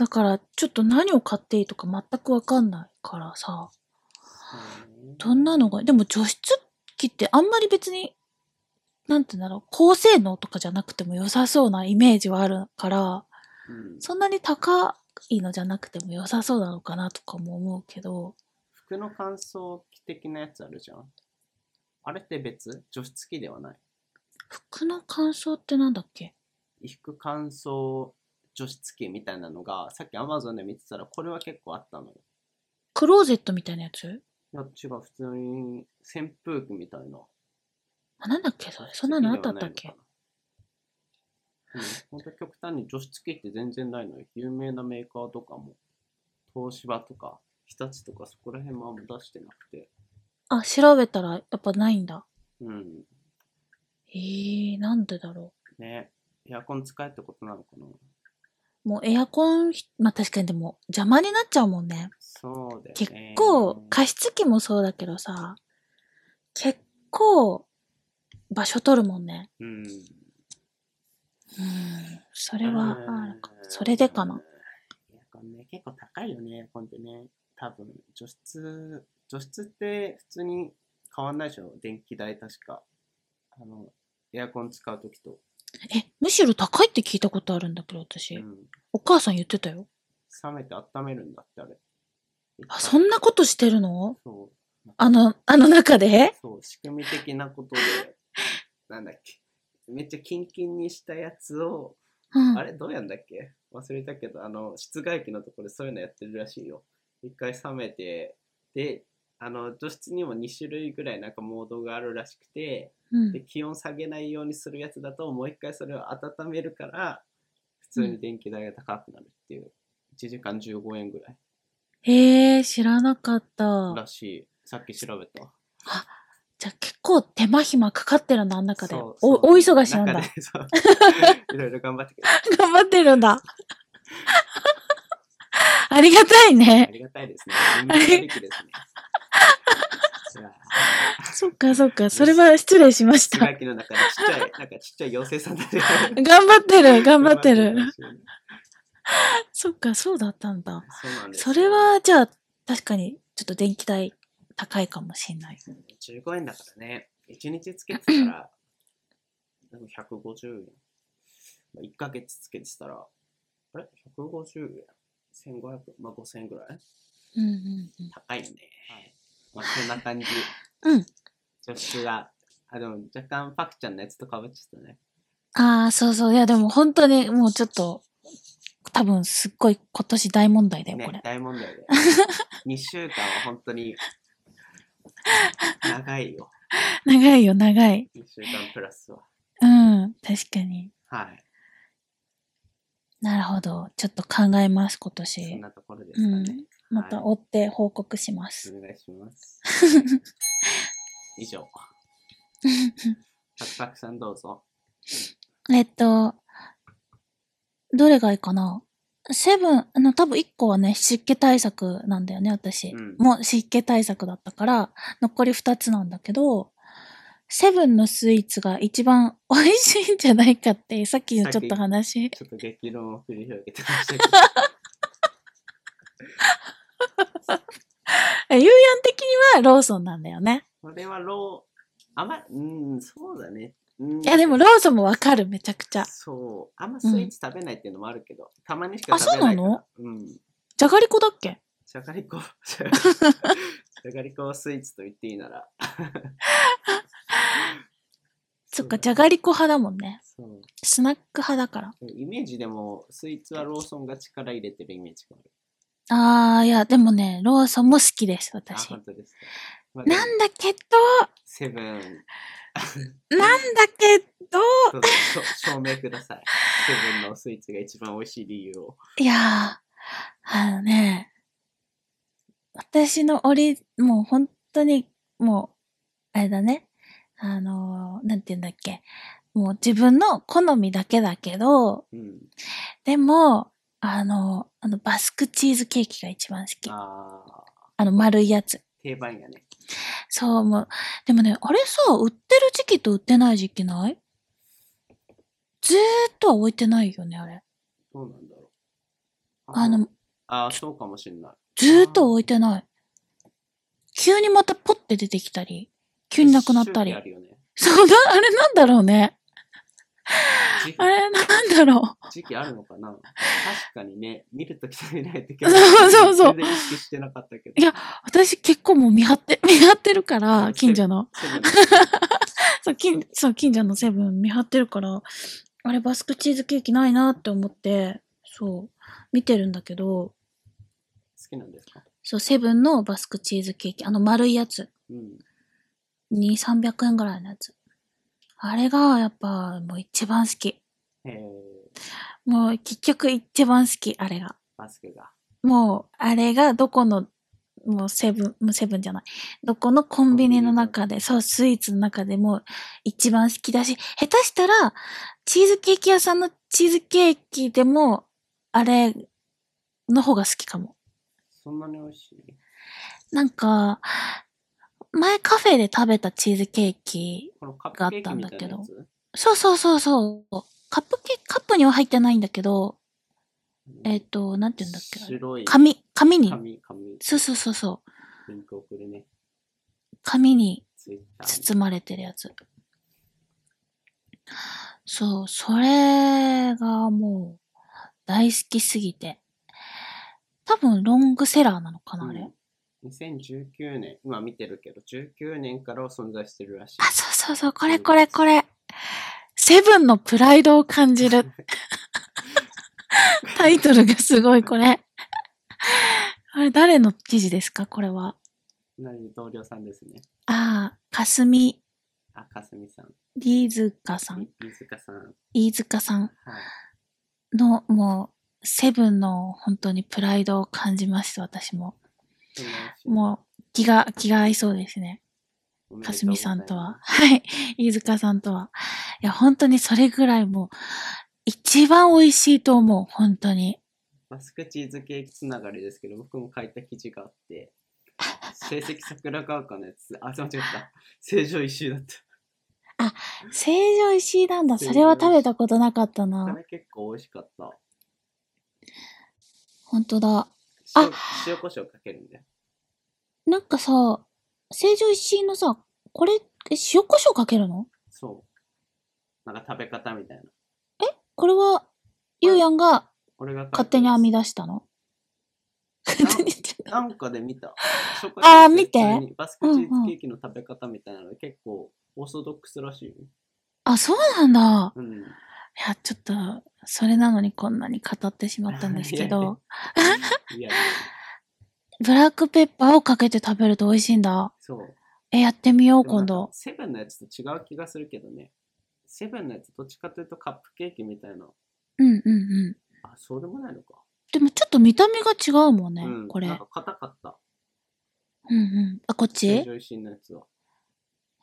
Speaker 2: だから、ちょっと何を買っていいとか全くわかんないからさ、どんなのが、でも除湿器ってあんまり別に、なんて言うんだろう、高性能とかじゃなくても良さそうなイメージはあるから、
Speaker 1: うん、
Speaker 2: そんなに高いのじゃなくても良さそうなのかなとかも思うけど、
Speaker 1: 服の乾燥機的なやつあるじゃん。あれって別除湿器ではない。
Speaker 2: 服の乾燥ってなんだっけ
Speaker 1: 衣服乾燥除湿器みたいなのが、さっき Amazon で見てたら、これは結構あったのよ。
Speaker 2: クローゼットみたいなやつ
Speaker 1: いや、違う、普通に扇風機みたいな。
Speaker 2: あ、なんだっけそれ。そんなのあったあったっけ
Speaker 1: うん、本当極端に除湿器って全然ないのよ。有名なメーカーとかも、東芝とか、日立とかそこら辺もあんま出してなくて。
Speaker 2: あ、調べたらやっぱないんだ。
Speaker 1: うん。
Speaker 2: えー、なんでだろ
Speaker 1: ねエアコン使えってことなのかな
Speaker 2: う。もうエアコンひ、まあ確かにでも邪魔になっちゃうもんね。
Speaker 1: そうだよ
Speaker 2: 結
Speaker 1: ね。
Speaker 2: 構、加湿器もそうだけどさ、結構、場所取るもんね。
Speaker 1: うん。
Speaker 2: うん。そ
Speaker 1: そ
Speaker 2: れは、あるかも。それでかな。。
Speaker 1: エアコンね、結構高いよね、エアコンってね。多分、除湿、除湿って普通に変わんないでしょ、電気代確か。あの、エアコン使うときと。
Speaker 2: え、むしろ高いって聞いたことあるんだけど、私。
Speaker 1: うん。
Speaker 2: お母さん言ってたよ。
Speaker 1: 冷めて温めるんだって、あれ。
Speaker 2: あ、そんなことしてるの
Speaker 1: そう。
Speaker 2: あの、あの中で
Speaker 1: そう、仕組み的なこと で、なんだっけ。めっちゃキンキンにしたやつを、
Speaker 2: うん。
Speaker 1: あれどうやんだっけ忘れたけど、あの、室外機のところでそういうのやってるらしいよ。一回冷めて、で、あの、除湿にも2種類ぐらいなんかモードがあるらしくて、
Speaker 2: うん
Speaker 1: で、。気温下げないようにするやつだと、もう一回それを温めるから、普通に電気代が高くなるっていう。1時間15円ぐらい
Speaker 2: へえ、知らなかった。
Speaker 1: らしい。さっき調べた。
Speaker 2: じゃあ結構手間暇かかってるんだ、あの中で。
Speaker 1: そう
Speaker 2: お、
Speaker 1: そう
Speaker 2: お忙しなんだ
Speaker 1: 中。で そういろいろ頑張ってくれて
Speaker 2: 頑張ってるんだ。ありがたいね
Speaker 1: あ。りがたいです ね。耳取り機ですね。いやー
Speaker 2: そっかそっか、それは失礼しまし
Speaker 1: 室
Speaker 2: た。
Speaker 1: 外機の中でちっ ちゃい、なんかちっちゃい妖精さんだね。
Speaker 2: 頑張って る、頑張って
Speaker 1: 頑張
Speaker 2: る。
Speaker 1: ってる
Speaker 2: そっか、そうだったんだ。
Speaker 1: そうなんですよ
Speaker 2: それ、は、じゃあ、確かに、ちょっと電気代高いかもしれない。
Speaker 1: 15円だからね、1日つけてた ら、でも150円。まあ、1ヶ月つけてたら、あれ ?150 円 ?1500 円まあ5000円ぐらい
Speaker 2: うんうん
Speaker 1: 高いよね。まあそんな感じ。
Speaker 2: うん。
Speaker 1: 女子が、あ、でも若干パクちゃんのやつとかぶっちゃったね。
Speaker 2: うん。ああ、そうそう。いや、でも本当に、もうちょっと、多分、すっごい今年大問題だよ、
Speaker 1: ね
Speaker 2: これ。
Speaker 1: 大問題 で。2週間は本当に長いよ。
Speaker 2: 長いよ、長い。
Speaker 1: 2週間プラスは。
Speaker 2: うん、確かに。
Speaker 1: はい。
Speaker 2: なるほど。ちょっと考えます、
Speaker 1: そ
Speaker 2: 今
Speaker 1: ん
Speaker 2: 年。
Speaker 1: なところです
Speaker 2: う
Speaker 1: か
Speaker 2: ん
Speaker 1: ね。。
Speaker 2: また
Speaker 1: はい
Speaker 2: 追って報告します。
Speaker 1: お願いし ます。以上。たくたくさんどうぞ。
Speaker 2: えっと、どれがいいかなセブン、あの、多分1個はね、湿気対策なんだよね、私。
Speaker 1: うん
Speaker 2: もう湿気対策だったから、残り2つなんだけど、セブンのスイーツが一番美味しいんじゃないかって、 さっきのちょっと話。
Speaker 1: ちょっと激論を繰り広げてま したけど。
Speaker 2: えゆうやん的にはローソンなんだよね。
Speaker 1: これはロー、あま、うん、そうだね。うん
Speaker 2: いや、でもローソンもわかる、めちゃくちゃ。
Speaker 1: そう。あんまスイーツ食べないっていうのもあるけど、たまにしか
Speaker 2: あ
Speaker 1: 食べないから。
Speaker 2: そうなの
Speaker 1: うん。
Speaker 2: じゃがりこだっけ
Speaker 1: じゃがりこ、 じゃがりこをスイーツと言っていいなら。
Speaker 2: そっか、じゃがりこ派だもんね。
Speaker 1: そう。
Speaker 2: スナック派だから。
Speaker 1: イメージでも、スイーツはローソンが力入れてるイメージがある。
Speaker 2: あー、いや、でもね、ローソンも好きです、
Speaker 1: あ、
Speaker 2: 私。
Speaker 1: 本当ですか。まあでも
Speaker 2: なんだけど、
Speaker 1: セブン、
Speaker 2: なんだけど、
Speaker 1: どうぞしょ証明ください。セブンのスイーツが一番美味しい理由を。
Speaker 2: いやー、あのね、私のオリ、もう本当に、もう、あれだね、あのー、なんて言うんだっけ、もう自分の好みだけだけど、
Speaker 1: うん。
Speaker 2: でも、あのー、あの、バスクチーズケーキが一番好き。あ
Speaker 1: ああ、
Speaker 2: の、丸いやつ。
Speaker 1: 定番やね。
Speaker 2: そう、もう、でもね、あれさ、売ってる時期と売ってない時期ないずーっとは置いてないよね、あれ。
Speaker 1: どうなんだろう。
Speaker 2: あの、
Speaker 1: あーそうかもしれない。
Speaker 2: ずーっと置いてない。急にまたポッて出てきたり、急になくなったり
Speaker 1: 周期あ。るよね
Speaker 2: そうな、あれなんだろうね。
Speaker 1: 時期
Speaker 2: あれなんだろ
Speaker 1: 時期あるのかな確かにね、見るときと見ないとき
Speaker 2: そうそうそう
Speaker 1: 全然意識してなかったけど。
Speaker 2: いやう。私結構もう見張って、 見張ってるから、近所の。
Speaker 1: セブン、
Speaker 2: そう、近、そう、近所のセブン見張ってるから、あれバスクチーズケーキないなって思って、そう、見てるんだけ
Speaker 1: 好
Speaker 2: ど、
Speaker 1: きなんですか
Speaker 2: そう、セブンのバスクチーズケーキ、あの丸いやつ。
Speaker 1: うん。
Speaker 2: 2、300円ぐらいのやつ。あれが、やっぱ、もう一番好き。
Speaker 1: えー、
Speaker 2: もう結局一番好き、あれが。
Speaker 1: バスケが。
Speaker 2: もう、あれがどこの、もうセブン、もうセブンじゃない。どこのコンビニの中で、そう、スイーツの中でもう一番好きだし、下手したら、チーズケーキ屋さんのチーズケーキでも、あれの方が好きかも。
Speaker 1: そんなに美味しい
Speaker 2: なんか、前カフェで食べたチーズケーキ、
Speaker 1: このカップケーキみたいな
Speaker 2: があ
Speaker 1: や
Speaker 2: ったんだ
Speaker 1: つ
Speaker 2: そうそうそうそう、カップケーキ、カップには入ってないんだけど、えっ、と、なんて言うんだっけあれ
Speaker 1: 白い
Speaker 2: 紙、紙に、
Speaker 1: 紙、紙、
Speaker 2: そうそうそうそう、
Speaker 1: リンク送るね。
Speaker 2: 紙に
Speaker 1: ツイッターに。
Speaker 2: 包まれてるやつ。そう、それがもう大好きすぎて。多分ロングセラーなのかな、あれ。
Speaker 1: うん2019年、今見てるけど、19年からは存在してるらしい
Speaker 2: あ、。そうそうそう、これこれこれ。セブンのプライドを感 じる。タイトルがすごい、これ。あれ、誰の記事ですか、これは。
Speaker 1: 何同僚さんですね。
Speaker 2: ああ、かすみ、
Speaker 1: あ、かすみさん。
Speaker 2: リーズカさん、
Speaker 1: 飯塚さん。
Speaker 2: 飯塚さん
Speaker 1: はい。
Speaker 2: の、もう、セブンの本当にプライドを感じます、私も。
Speaker 1: そんな美味しい
Speaker 2: もう、気が、気が合いそうですね。
Speaker 1: おめで
Speaker 2: か
Speaker 1: う
Speaker 2: すみさん
Speaker 1: ござ
Speaker 2: と
Speaker 1: い
Speaker 2: は
Speaker 1: ま。
Speaker 2: はい。飯塚さんとは。いや、本当にそれぐらいもう、一番美味しいと思う、本当
Speaker 1: す。
Speaker 2: に。
Speaker 1: バスクチーズケーキつながりですけど、僕も書いた記事があって、成績桜川かのやつ、あ、間違った。成城石井だった。
Speaker 2: 成城石井なんだ。それは食べたことなかった
Speaker 1: あ
Speaker 2: な。
Speaker 1: れ結構美味しかった。
Speaker 2: 本当だ。
Speaker 1: 塩塩コショウかけるんだよ。
Speaker 2: なんかさ、成城石井のさ、これ、え塩コショウかけるの
Speaker 1: そう。なんか食べ方みたいな。
Speaker 2: これは、ゆうやんが
Speaker 1: 俺が書いた
Speaker 2: 勝手に編み出したの勝手にって言うの
Speaker 1: なんかで 見た。紹介
Speaker 2: あ
Speaker 1: されて
Speaker 2: ー
Speaker 1: る
Speaker 2: 見て
Speaker 1: 普通にバスクチーズケーキの食べ方みたいなの結構オーソドックスらしいよ。
Speaker 2: あ、そうなんだ。
Speaker 1: うん。
Speaker 2: いや、ちょっと、それなのにこんなに語ってしまったんです け
Speaker 1: いやいや
Speaker 2: ど、
Speaker 1: いや、
Speaker 2: ブラックペッパーをかけて食べると美味しいんだ。
Speaker 1: そう。
Speaker 2: え、やってみよう、
Speaker 1: でもな
Speaker 2: 今
Speaker 1: んか
Speaker 2: 度。
Speaker 1: セブンのやつと違う気がするけどね。セブンのやつどっちかというとカップケーキみたいな。
Speaker 2: うんうんうん。
Speaker 1: ああ、そうでもないのか。
Speaker 2: でもちょっと見た目が違うもんね、
Speaker 1: うん、
Speaker 2: これ。う
Speaker 1: なん
Speaker 2: ん
Speaker 1: か硬かった。
Speaker 2: うん。あ、こっ
Speaker 1: 成
Speaker 2: ち
Speaker 1: 城石井のやつは。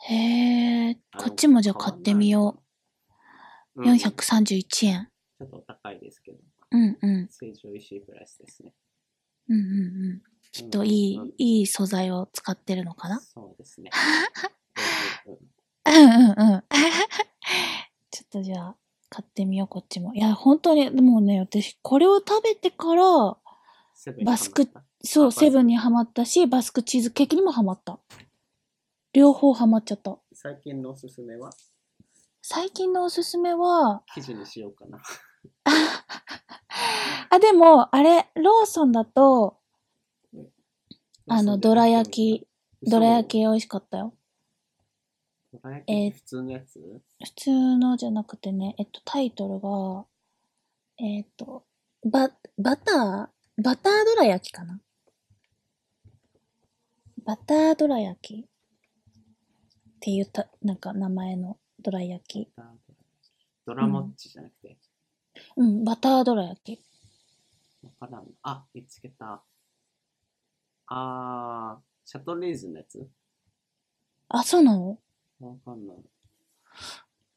Speaker 2: へえ。こっちもじゃあ買ってみよ
Speaker 1: う
Speaker 2: う。
Speaker 1: んち
Speaker 2: 431円。
Speaker 1: ょっとお高いですけど。
Speaker 2: うんうん。
Speaker 1: 成城石井プライスですね。
Speaker 2: うんうんうん。きっといい、
Speaker 1: うん
Speaker 2: いい素材を使ってるのかな
Speaker 1: そうですね。うん
Speaker 2: うんうんうん。 ちょっとじゃあ、買ってみよう、こっちも。いや、本当に、でもね、私、これを食べてから、
Speaker 1: セブンに
Speaker 2: バスク
Speaker 1: ハマっ
Speaker 2: そ
Speaker 1: あ
Speaker 2: う、セブンにはまったし、バスクチーズケーキにもはまった。両方はまっちゃった。
Speaker 1: た最近のおすすめは
Speaker 2: 最近のおすすめは、
Speaker 1: 生地にしようかな。
Speaker 2: あ、でも、あれ、ローソンだと、あの、
Speaker 1: 嘘で
Speaker 2: どら焼き、
Speaker 1: 嘘
Speaker 2: どら焼き美味しかったよ。
Speaker 1: どら焼
Speaker 2: え
Speaker 1: き
Speaker 2: ー
Speaker 1: 普通のやつ、
Speaker 2: 普通のじゃなくてね、えっと、タイトルが、えっと、バ、バターバターどら焼きかなバターどら焼きって言った、なんか名前のどら焼き。
Speaker 1: ドラモッチじゃなくて、
Speaker 2: うん、バターどら焼き。
Speaker 1: わからん。あ、見つけた。あー、シャトレーズンのやつ
Speaker 2: あ、そうなの
Speaker 1: わかんない。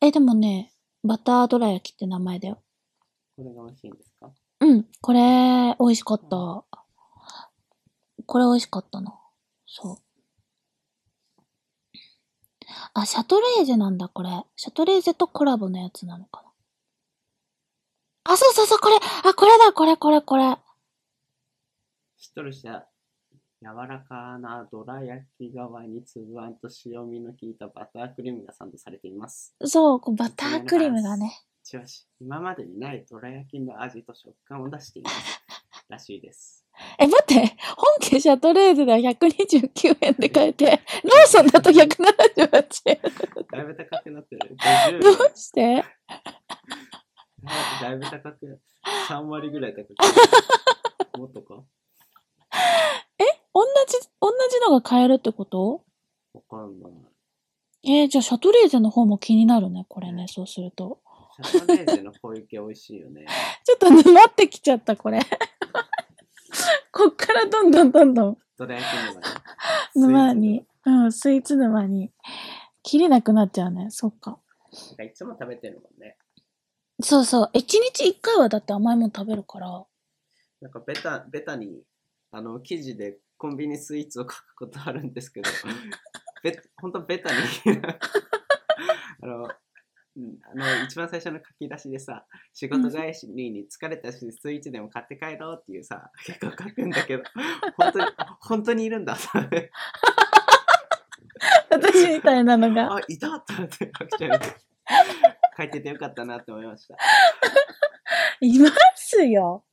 Speaker 2: え、でもね、バターどら焼きって名前だよ。
Speaker 1: これが美味しいんですか
Speaker 2: うん、これ、美味しかった。これ美味しかったな。そう。あ、シャトレーゼなんだ、これ。シャトレーゼとコラボのやつなのかな。あ、そうそうそう、これあ、これだ、これ、これ、これ。
Speaker 1: しっとりした柔らかなどら焼き側に粒あんと塩味の効いたバタークリームがサンドされています。
Speaker 2: そう、こうバタークリームがね。
Speaker 1: しかし、今までにないどら焼きの味と食感を出しています。らしいです。
Speaker 2: え、待って、本家シャトレーゼでは129円で買えて、ローソンだと178円。
Speaker 1: だいぶ高くなってる。
Speaker 2: ど
Speaker 1: 50
Speaker 2: うして
Speaker 1: だいぶ高く、3割ぐらい高く。 もっとか
Speaker 2: 同じ、同じのが買えるってこと
Speaker 1: わかんない。
Speaker 2: えー、じゃあシャトレーゼの方も気になるね、これね、そうすると。
Speaker 1: シャトレーゼの小池美味しいよね。
Speaker 2: ちょっと沼ってきちゃった、こ れ。こっからどんどんどんどん
Speaker 1: どら焼きの
Speaker 2: 沼に、うん、スイーツ沼に、切れなくなっちゃうね、そっか。
Speaker 1: なんかいつも食べてるもんね。
Speaker 2: そうそう、一日一回はだって甘いもん食べるから。
Speaker 1: なんかベタ、ベタに、あの、記事でコンビニスイーツを書くことあるんですけど、 べ本当ベタに あの、うんあの一番最初の書き出しでさ仕事帰りに疲れたしスイーツでも買って帰ろうっていうさ結構書くんだけど本当に本当にいるんだと思って
Speaker 2: 私みたいなのが。
Speaker 1: あいたと思って書きちゃう書いててよかったなって思いました
Speaker 2: いますよ。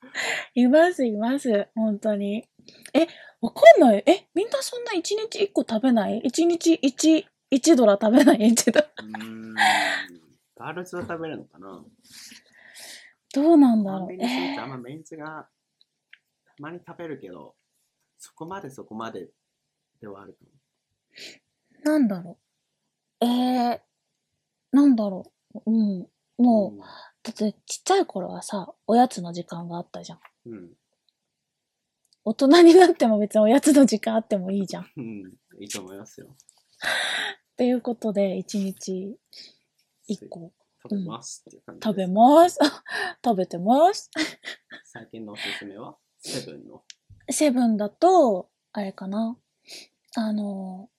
Speaker 2: います、います、本当に。え、わかんない。え、みんなそんな一日一個食べない一日一、一ドラ食べない一ドラ。
Speaker 1: うーんガールズは食べるのかな
Speaker 2: どうなんだ
Speaker 1: コン
Speaker 2: ろう
Speaker 1: ビ。ニ
Speaker 2: え
Speaker 1: スイー
Speaker 2: ー
Speaker 1: ツあんまメンツがたまに食べるけど、そこまでそこまでではあると思
Speaker 2: なんだろう。えー、なんだろう。うん。もう、
Speaker 1: う。
Speaker 2: だってちっちゃい頃はさ、おやつの時間があったじゃん。
Speaker 1: うん。うん。
Speaker 2: 大人になっても別におやつの時間あってもいいじゃん。っ
Speaker 1: うん、いいと思いますよ。
Speaker 2: ていうことで、一日一個
Speaker 1: 食べますっていう感じ
Speaker 2: 食
Speaker 1: で
Speaker 2: べ
Speaker 1: す、
Speaker 2: ます。 食べてます。
Speaker 1: 最近のおすすめはセブンの。
Speaker 2: セブンだと、あれかな。あの、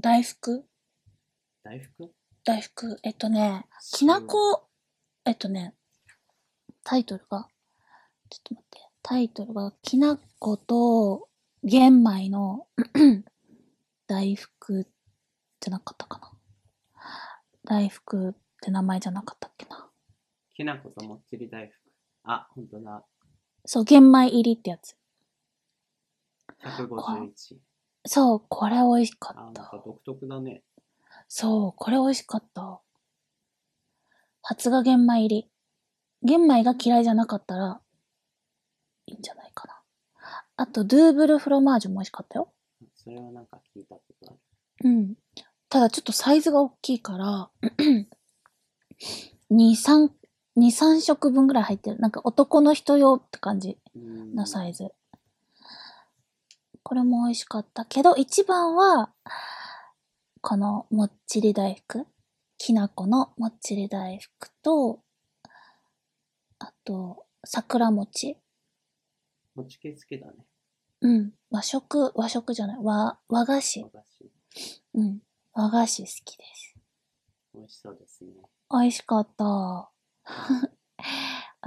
Speaker 2: 大福
Speaker 1: 大福
Speaker 2: 大福。えっとね、きな。こ、えっとね、タイトルが、ちょっと待って、タイトルが、きなこと玄米の 大福じゃなかったかな。大福って名前じゃなかったっけな。
Speaker 1: きなこともっちり大福。あ、ほんとだ。
Speaker 2: そう、玄米入りってやつ。
Speaker 1: 151。
Speaker 2: そう、これ美味しか
Speaker 1: あ、なん
Speaker 2: っ
Speaker 1: か
Speaker 2: た。
Speaker 1: 独特だね。
Speaker 2: そう、これ美味しかった。発芽玄米入り。玄米が嫌いじゃなかったら、いいんじゃないかな。あと、ドゥーブルフロマージュも美味しかったよ。
Speaker 1: それはなんか聞いたことある。
Speaker 2: うん。ただちょっとサイズが大きいから、2、3 2、3食分ぐらい入ってる。なんか男の人用って感じ
Speaker 1: うん
Speaker 2: のサイズ。これも美味しかったけど、一番は、このもっちり大福。きなこのもっちり大福と、あと、桜餅。
Speaker 1: 餅系好きだね。
Speaker 2: うん。和食、和食じゃない。和、和菓子
Speaker 1: 和。菓子
Speaker 2: うん。和菓子好きです。
Speaker 1: 美味しそうですね。
Speaker 2: 美味しかった。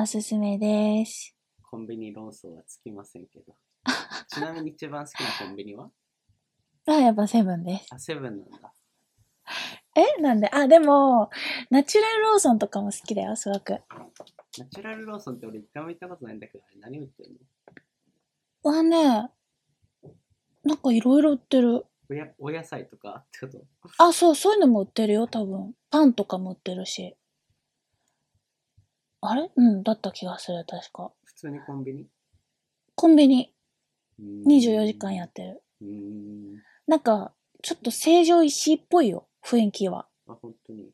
Speaker 2: おすすめです。
Speaker 1: コンビニ論争はつきませんけど。 ちなみに一番好きなコンビニは
Speaker 2: あ、やっぱセブンです。
Speaker 1: あ、セブンなんだ。
Speaker 2: えなんであ、でも、ナチュラルローソンとかも好きだよ、すごく。
Speaker 1: ナチュラルローソンって俺一回も行ったことないんだけど、あれ何売ってるの
Speaker 2: はね、なんかいろいろ売ってる。
Speaker 1: おやお野菜とかってこと
Speaker 2: あ、そう、そういうのも売ってるよ、多分。パンとかも売ってるし。あれうん、だった気がする、確か。
Speaker 1: 普通にコンビニ
Speaker 2: コンビニ、24
Speaker 1: ?24
Speaker 2: 時間やってる。
Speaker 1: うーん。
Speaker 2: なんか、ちょっと成城石井っぽいよ、雰囲気は。
Speaker 1: あ、本当に。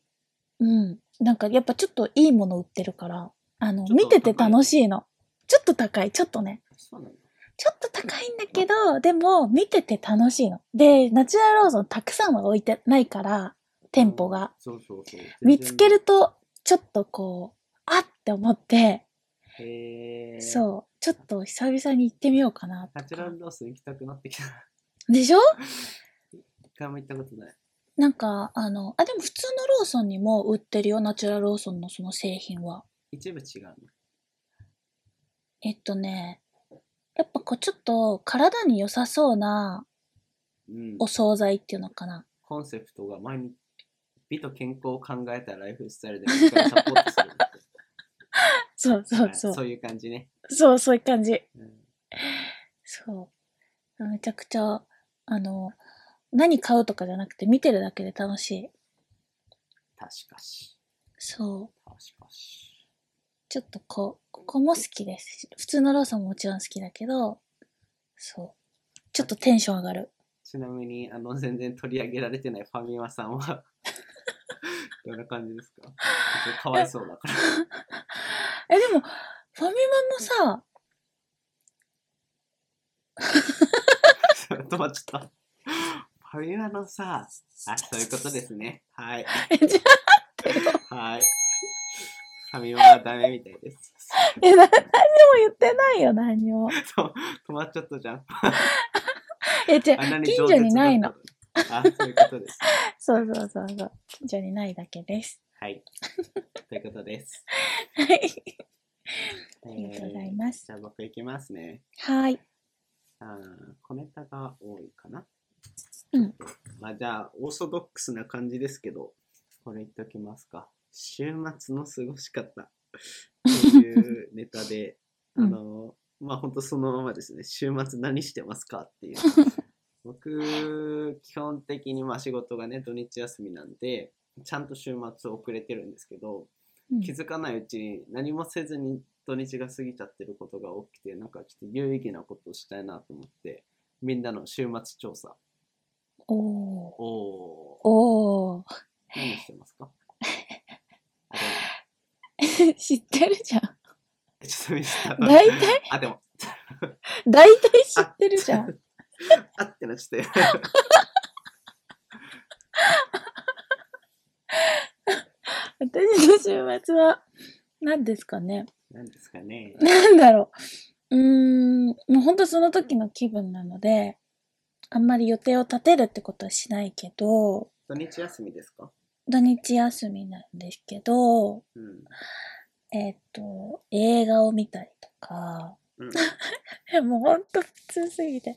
Speaker 2: うん。なんかやっぱちょっといいもの売ってるから、あの、
Speaker 1: ちょっと
Speaker 2: 見てて楽しいの。ちょっと高い、ちょっとね。
Speaker 1: そうなんだ。
Speaker 2: ちょっと高いんだけど、でも見てて楽しいの。で、ナチュラルローソンたくさんは置いてないから、店舗が。
Speaker 1: そうそうそう。
Speaker 2: 見つけると、ちょっとこう、あって思って、
Speaker 1: 全然。へー
Speaker 2: そう、ちょっと久々に行ってみようかな
Speaker 1: ナチ
Speaker 2: と
Speaker 1: ュラ
Speaker 2: か。
Speaker 1: ルローソン行きたくなってきた。
Speaker 2: でしょ
Speaker 1: 一回も行ったことない。
Speaker 2: なんか、あの、あ、でも普通のローソンにも売ってるよ、ナチュラルローソンのその製品は。
Speaker 1: 一部違うの。
Speaker 2: えっとね、やっぱこうちょっと体に良さそうな
Speaker 1: うん
Speaker 2: お。惣菜っていうのかな。
Speaker 1: コンセプトが毎日美と健康を考えたライフスタイルで僕がサポートする。
Speaker 2: そうそうそ
Speaker 1: はい。
Speaker 2: う
Speaker 1: そういう感じね。
Speaker 2: そう、そういう感じ。
Speaker 1: うん
Speaker 2: そう。めちゃくちゃ、あの、何買うとかじゃなくて見てるだけで楽しい。
Speaker 1: 確かし。
Speaker 2: そう。
Speaker 1: 確かし。
Speaker 2: ちょっとこう、ここも好きですし。普通のローソンももちろん好きだけど、そう。ちょっとテンション上がる。
Speaker 1: ちなみに、あの、全然取り上げられてないファミマさん は、どんな感じですかちょっとかわいそうだから。
Speaker 2: え、でも、ファミマもさ、
Speaker 1: 止まっちゃった。ファミマのさ、あ、そういうことですね。はい。
Speaker 2: え、じゃ
Speaker 1: はい。ファミマはダメみたいです。
Speaker 2: あ、え、な何も言ってないよ、何を。
Speaker 1: と止まっちゃったじゃん。
Speaker 2: え、じゃ
Speaker 1: あんなに
Speaker 2: 近
Speaker 1: 饒
Speaker 2: 所
Speaker 1: 舌
Speaker 2: にない
Speaker 1: だ
Speaker 2: の
Speaker 1: っ。たのに。あ、そういうことです。
Speaker 2: そうそうそうそう。近所にないだけです。
Speaker 1: はい。ということ です。
Speaker 2: はい。
Speaker 1: あ
Speaker 2: りがとうございます
Speaker 1: じゃあ僕行きますね。
Speaker 2: はい。
Speaker 1: あー小ネタが多いかな。
Speaker 2: うん。
Speaker 1: まあじゃあ、オーソドックスな感じですけど、これ言っときますか。週末の過ごし方というネタで、あ
Speaker 2: うん
Speaker 1: の、まあ本当そのままですね、週末何してますかって いう。僕、基本的にまあ仕事がね、土日休みなんで、ちゃんと週末遅れてるんですけど、
Speaker 2: うん
Speaker 1: 気づかないうちに何もせずに土日が過ぎちゃってることが多くてなんかちょっと有意義なことをしたいなと思ってみんなの週末調査
Speaker 2: おー。
Speaker 1: おおー
Speaker 2: おー。
Speaker 1: 何してますかあでも
Speaker 2: 知ってるじゃん。
Speaker 1: えちょっと見せた
Speaker 2: 大体
Speaker 1: あでも
Speaker 2: 大体知ってるじゃん。
Speaker 1: あってなっち ゃって
Speaker 2: 私の週末は、何ですかね。
Speaker 1: 何ですかね
Speaker 2: なんだろう。うーん、もう本当その時の気分なので、あんまり予定を立てるってことはしないけど、
Speaker 1: 土日休みですか
Speaker 2: 土日休みなんですけど、
Speaker 1: うん、
Speaker 2: えっ、と、映画を見たりとか、
Speaker 1: うん、
Speaker 2: えもうほんと普通すぎて。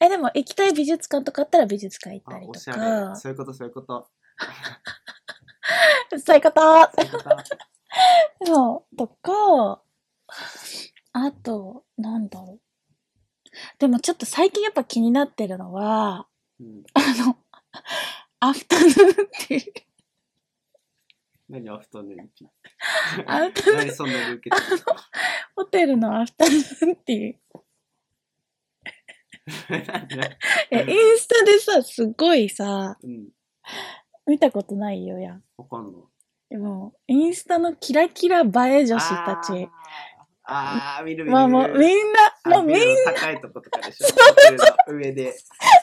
Speaker 2: え、でも行きたい美術館とかあったら美術館行っ
Speaker 1: あ
Speaker 2: たり
Speaker 1: お
Speaker 2: と
Speaker 1: しゃ
Speaker 2: か
Speaker 1: れ、そういうことそういうこと
Speaker 2: そういうこと
Speaker 1: そういうこと
Speaker 2: そう、とか、あと、なんだろう。でもちょっと最近やっぱ気になってるのは、
Speaker 1: うん、
Speaker 2: あの、アフタヌーンテ ィー。
Speaker 1: 何アフタヌーンティ
Speaker 2: アフタ
Speaker 1: ー
Speaker 2: ヌーン、
Speaker 1: 何そんなに受けてる
Speaker 2: ホテルのアフタヌーンティー。 え、インスタでさ、すごいさ、
Speaker 1: うん、
Speaker 2: 見たことないよやん。
Speaker 1: わかんない
Speaker 2: でも、インスタのキラキラ映え女
Speaker 1: 女
Speaker 2: 子たち。。
Speaker 1: あーあー、見る見る。
Speaker 2: まあもう、みんな、もうみん
Speaker 1: な
Speaker 2: な、
Speaker 1: 高いとことかでしょ。ホテルの上で、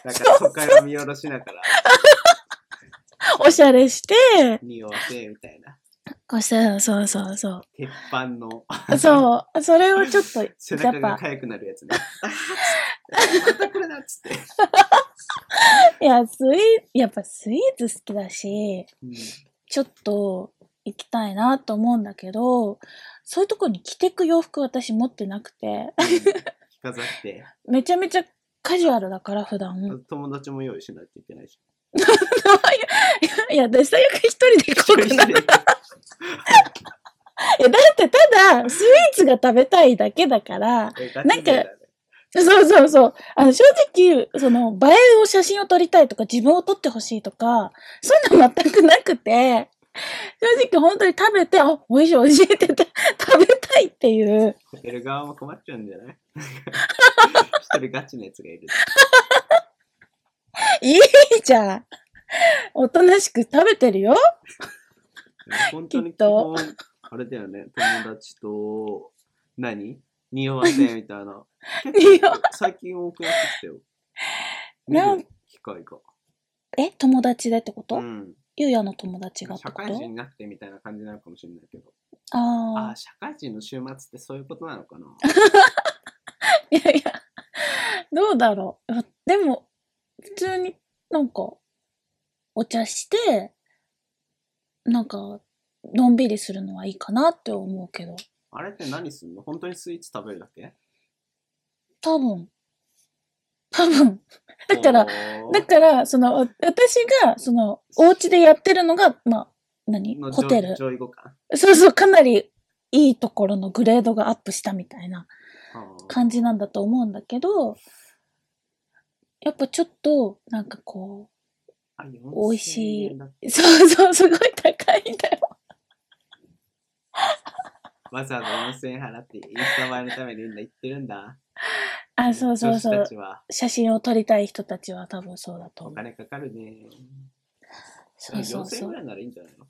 Speaker 1: なんか都会を見下ろしながら、
Speaker 2: おしゃれして、
Speaker 1: 匂わせ、みたいな。
Speaker 2: おしゃれ、そうそうそ
Speaker 1: 鉄板の、
Speaker 2: う。そう、それをちょっと、や
Speaker 1: 背中
Speaker 2: っ
Speaker 1: が
Speaker 2: ぱ、
Speaker 1: 痒くなるやつね。あーつってまたこれだっつって。
Speaker 2: いや、スイーやっぱスイーツ好きだし、
Speaker 1: うん
Speaker 2: ちょっと行きたいなと思うんだけど、そういうとこに着てく洋服私持ってなくて、
Speaker 1: 飾って、
Speaker 2: めちゃめちゃカジュアルだから普段。
Speaker 1: 友達も用意しないといけないし。
Speaker 2: いや、私最悪一人で行こうかな。い
Speaker 1: 一人で
Speaker 2: や、だってただ、スイーツが食べたいだけだから、
Speaker 1: えガチ
Speaker 2: なんか
Speaker 1: 勢だね
Speaker 2: そうそうそう。あの、正直、その、映えを写真を撮りたいとか、自分を撮ってほしいとか、そういうの全くなくて、正直本当に食べて、あ、美味しい美味しいって言って、食べたいっていう。
Speaker 1: ホテル側も困っちゃうんじゃない一人ガチなやつがいる。
Speaker 2: いいじゃん。おとなしく食べてるよ。
Speaker 1: 本当に
Speaker 2: きっと
Speaker 1: 基本あれだよね、友達と何匂わせみた いな。
Speaker 2: 匂わ
Speaker 1: 最近多くなってきたよ。
Speaker 2: なん
Speaker 1: 見る機会が。
Speaker 2: え、友達でってこと、
Speaker 1: うん。
Speaker 2: ゆうやの友達がって
Speaker 1: 社
Speaker 2: こ
Speaker 1: 会人
Speaker 2: と
Speaker 1: になってみたいな感じなのかもしれないけど。あ
Speaker 2: あ
Speaker 1: あ、社会人の週末ってそういうことなのかな。
Speaker 2: あ。いやいや、どうだろう。でも、普通になんか、お茶して、なんか、のんびりするのはいいかなって思うけど、
Speaker 1: あれって何すんの本当にスイーツ食べるだけ
Speaker 2: 多分、多分。だから、
Speaker 1: おー
Speaker 2: だから、その、お私が、その、お家でやってるのが、まあ、何
Speaker 1: の
Speaker 2: ホテル。
Speaker 1: 上上位互換
Speaker 2: そうそう、かなりいいところのグレードがアップしたみたいな
Speaker 1: あー
Speaker 2: 感じなんだと思うんだけど、やっぱちょっと、なんかこ
Speaker 1: あ4000
Speaker 2: 美味しい
Speaker 1: 円だ
Speaker 2: う、 そうそう、すごい高いんだよ。
Speaker 1: わざわざ4000円払ってインスタ映えのためにみんな行ってるんだ。
Speaker 2: あ、そうそうそ
Speaker 1: 女子
Speaker 2: う
Speaker 1: た。ちは
Speaker 2: 写真を撮りたい人たちは多分そうだと
Speaker 1: お
Speaker 2: 思う。
Speaker 1: 金かかるね。
Speaker 2: そうそう
Speaker 1: 4000円
Speaker 2: そ
Speaker 1: ぐ
Speaker 2: う。
Speaker 1: らいならいいんじゃないの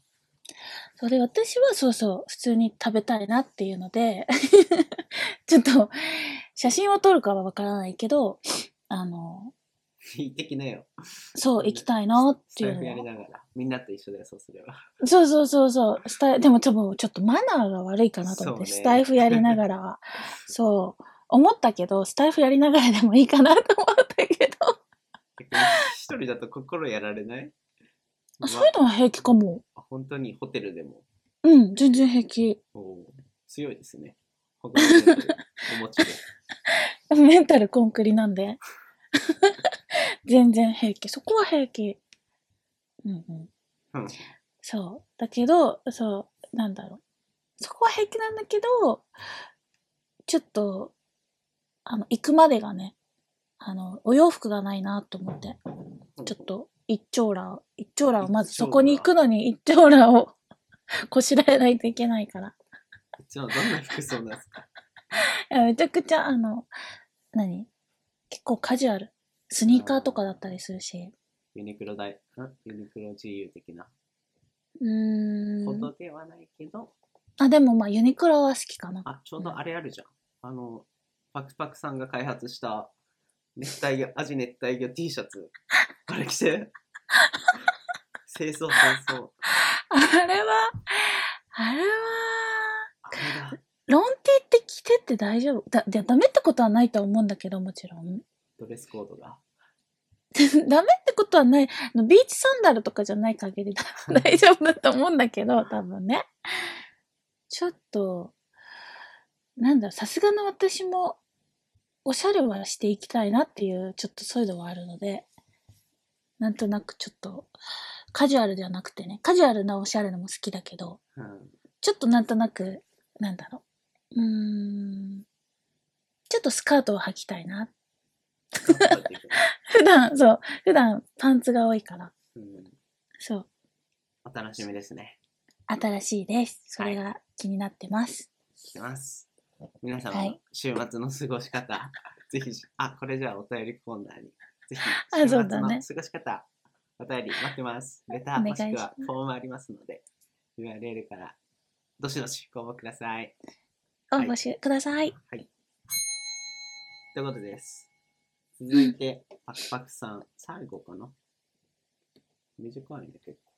Speaker 2: それ私はそうそう、普通に食べたいなっていうので、 ちょっと、写真を撮るかはわからないけど、あの、
Speaker 1: いい的なよ。
Speaker 2: そう、行きたいなってい
Speaker 1: 財
Speaker 2: うの
Speaker 1: 布や
Speaker 2: は
Speaker 1: りながら。みんなと一緒だよ、そうすれば。
Speaker 2: そうそうそうそう。スタイでも多分ちょっとマナーが悪いかなと思って、
Speaker 1: そうね
Speaker 2: スタイフやりなが らは。そう。思ったけど、スタイフやりながらでもいいかなと思ったけど。
Speaker 1: 逆に一人だと心やられない
Speaker 2: あそういうのは平気かも。
Speaker 1: まあ本当にホテルでも。
Speaker 2: うん、全然平気。
Speaker 1: おー強いです ね。他のホテルお持ちで。
Speaker 2: メンタルコンクリなんで。 全然平気。そこは平気。うんうん。
Speaker 1: うん
Speaker 2: そう。だけど、そう、なんだろう。そこは平気なんだけど、ちょっと、あの、行くまでがね、あの、お洋服がないなと思って、ちょっと、一丁羅を、一丁羅を、まず
Speaker 1: 一丁羅
Speaker 2: そこに行くのに一丁羅をこしらえないといけないから。
Speaker 1: 一応どんな服装なんですか
Speaker 2: いやめちゃくちゃ、あの、何結構カジュアル。スニーカーとかだったりするし。
Speaker 1: ユニクロ大、んユニクロ GU 的な。
Speaker 2: うー
Speaker 1: ほ
Speaker 2: ん
Speaker 1: ど。ではないけど、
Speaker 2: あ、でもまあ、ユニクロは好きかな。
Speaker 1: あ、ちょうどあれあるじゃん。あの、パクパクさんが開発した熱帯魚、アジ熱帯魚 T シャツ。あれ着て。清掃清掃。
Speaker 2: あれは、あれは、
Speaker 1: あれだ。
Speaker 2: ロンティって着てって大丈夫だ、だダメってことはないとは思うんだけど、もちろん。
Speaker 1: ドレスコードが。
Speaker 2: ダメってことはない。あのビーチサンダルとかじゃない限りだ大丈夫だと思うんだけど、多分ね。ちょっと、なんだ、さすがの私も、おしゃれはしていきたいなっていう、ちょっとそういうのはあるので、なんとなくちょっと、カジュアルではなくてね、カジュアルなおしゃれのも好きだけど、
Speaker 1: うん。
Speaker 2: ちょっとなんとなく、なんだろう。うーん。ちょっとスカートを履きたいな。
Speaker 1: 頑張っていこ
Speaker 2: 普段、そう。普段、パンツが多いから。
Speaker 1: ううん。
Speaker 2: そう。
Speaker 1: お楽しみですね。
Speaker 2: 新しいです。それが気になってます。
Speaker 1: いきます。皆様
Speaker 2: は
Speaker 1: の
Speaker 2: い
Speaker 1: 週末の過ごし方、 ぜひ、あ、これじゃあお便りコーナーに。ぜひ、
Speaker 2: あ
Speaker 1: 週末
Speaker 2: そ
Speaker 1: の
Speaker 2: うだね
Speaker 1: 過ごし方、お便り待ってます。レター
Speaker 2: お願
Speaker 1: も
Speaker 2: いし
Speaker 1: しくはフォームありますので、 URL から、どしどしご応募ください。
Speaker 2: を
Speaker 1: はい
Speaker 2: 募集ください。
Speaker 1: はい。ということです。続いて、パクパクさん、最後かな短いね、結構。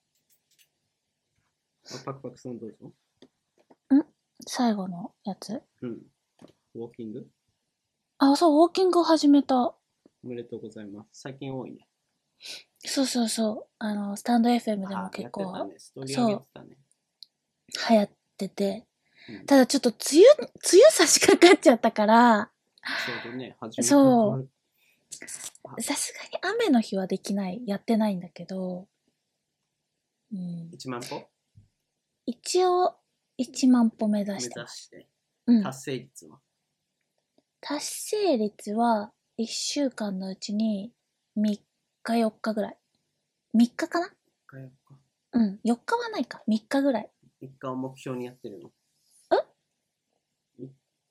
Speaker 1: あパクパクさんどうぞ。
Speaker 2: 最後のやつ。
Speaker 1: うん。ウォーキング
Speaker 2: あ、そう、ウォーキングを始めた。
Speaker 1: おめでとうございます。最近多いね。
Speaker 2: そうそうそう。あの、スタンド FM でも
Speaker 1: あやっ
Speaker 2: 結
Speaker 1: てた
Speaker 2: 構
Speaker 1: ね。ストーリー上げてたね。
Speaker 2: 流行ってて。
Speaker 1: うん
Speaker 2: ただちょっと梅雨、梅雨差し掛かっちゃったから、
Speaker 1: ちょうどね、初めて
Speaker 2: そう
Speaker 1: この
Speaker 2: さすがに雨の日はできない、やってないんだけど、うん、
Speaker 1: 1万歩
Speaker 2: 一応1万歩目
Speaker 1: 目
Speaker 2: 指し
Speaker 1: 指
Speaker 2: てます。
Speaker 1: して、
Speaker 2: うん、
Speaker 1: 達成率は。
Speaker 2: 達成率は1週間のうちに3日4日ぐらい。3日かな
Speaker 1: 一回か
Speaker 2: うん、4日はないか。3日ぐらい。
Speaker 1: 一回を目標にやってるの。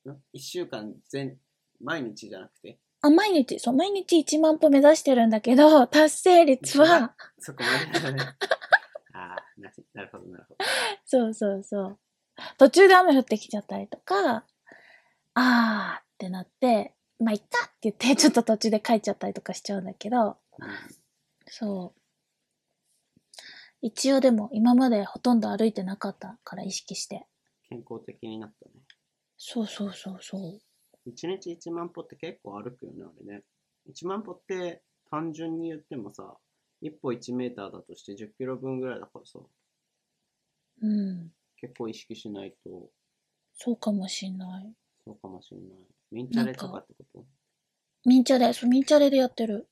Speaker 1: え一週間全、毎日じゃなくて、
Speaker 2: あ、毎日、そう、毎日1万歩目指してるんだけど、 達成率は、
Speaker 1: そこまでだね。ああ、ななるほど、なるほど。
Speaker 2: そうそうそう。途中で雨降ってきちゃったりとか、あーってなって、まあ、いっかって言って、 ちょっと途中で帰っちゃったりとかしちゃうんだけど、そう。一応でも、今までほとんど歩いてなかったから意識して。
Speaker 1: 健康的になったね。
Speaker 2: そうそうそうそう。
Speaker 1: 一日一万歩って結構歩くよね、あれね。一万歩って単純に言ってもさ、一歩一メーターだとして10キロ分ぐらいだからさ、
Speaker 2: うん。
Speaker 1: 結構意識しないと、
Speaker 2: そうかもしんない。
Speaker 1: そうかもしれない。ミンチャレとかってこと
Speaker 2: ミンチャレ、そう、ミンチャレでやってる。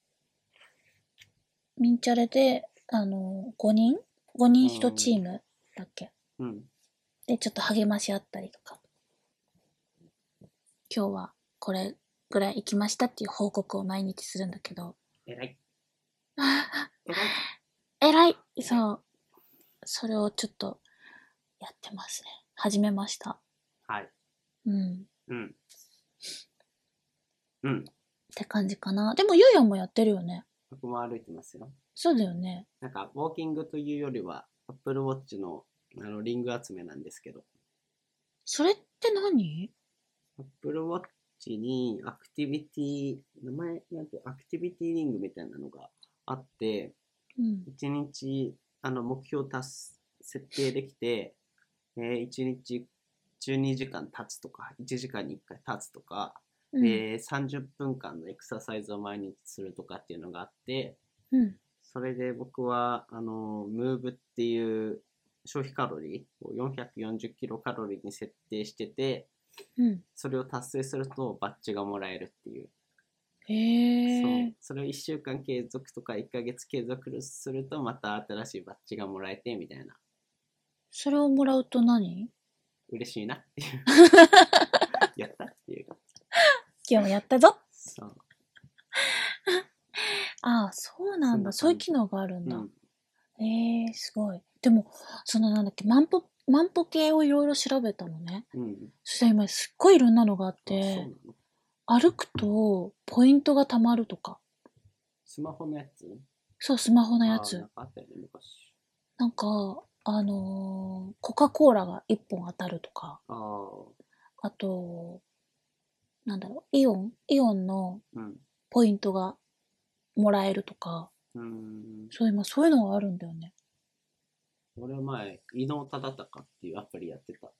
Speaker 2: ミンチャレで、あの、5人 ?5 人1チームだっけ
Speaker 1: うん。
Speaker 2: で、ちょっと励まし合ったりとか。今日はこれぐらい行きましたっていう報告を毎日するんだけど。
Speaker 1: 偉 い。
Speaker 2: えらいそう。それをちょっとやってますね。始めました。
Speaker 1: はい。
Speaker 2: うん。っ
Speaker 1: うん。うん。
Speaker 2: て感じかな。でも、ゆうやもやってるよね。
Speaker 1: 僕も歩いてますよ。
Speaker 2: そうだよね。
Speaker 1: なんか、ウォーキングというよりは、Apple Watch のあのリング集めなんですけど、
Speaker 2: それって何
Speaker 1: Apple Watch にアクティビティ、名前なんて、アクティビティリングみたいなのがあって、
Speaker 2: うん。
Speaker 1: 1日、あの、目標達す、設定できて、えー、1日12時間経つとか、1時間に1回経つとか、
Speaker 2: うん
Speaker 1: えー30分間のエクササイズを毎日するとかっていうのがあって、
Speaker 2: うん。
Speaker 1: それで僕は、あの、ムーブっていう消費カロリーを440キロカロリーに設定してて、
Speaker 2: うん。
Speaker 1: それを達成するとバッジがもらえるっていう。
Speaker 2: へえ。
Speaker 1: そうそれを1週間継続とか1ヶ月継続するとまた新しいバッジがもらえてみたいな。
Speaker 2: それをもらうと何
Speaker 1: 嬉しいなっていう。 やったっていうか。
Speaker 2: 今日もやったぞ
Speaker 1: そう。
Speaker 2: ああ、そうなんだ。
Speaker 1: そ
Speaker 2: そうん
Speaker 1: な感じ
Speaker 2: いう機能があるん
Speaker 1: う
Speaker 2: だ。
Speaker 1: ん。
Speaker 2: ええすごい。でも、そのなんだっけ、万歩、万歩計をいろいろ調べたのね。
Speaker 1: うん。
Speaker 2: そしたら今すっごいいろんなのがあっ
Speaker 1: あそうな
Speaker 2: て
Speaker 1: の、
Speaker 2: 歩くとポイントが貯まるとか。
Speaker 1: スマホのやつ
Speaker 2: そう、スマホのや
Speaker 1: あーな
Speaker 2: つ
Speaker 1: ん。かあったよね、昔。
Speaker 2: なんか、あのーコカ・コーラが1本当たるとか、
Speaker 1: ああ。
Speaker 2: あと、なんだろう、イオンイオンの
Speaker 1: うん。
Speaker 2: ポイントがもらえるとか、
Speaker 1: うーん。
Speaker 2: そう今そういうのがあるんだよね。
Speaker 1: 俺前、伊能忠敬っていうアプリやってた。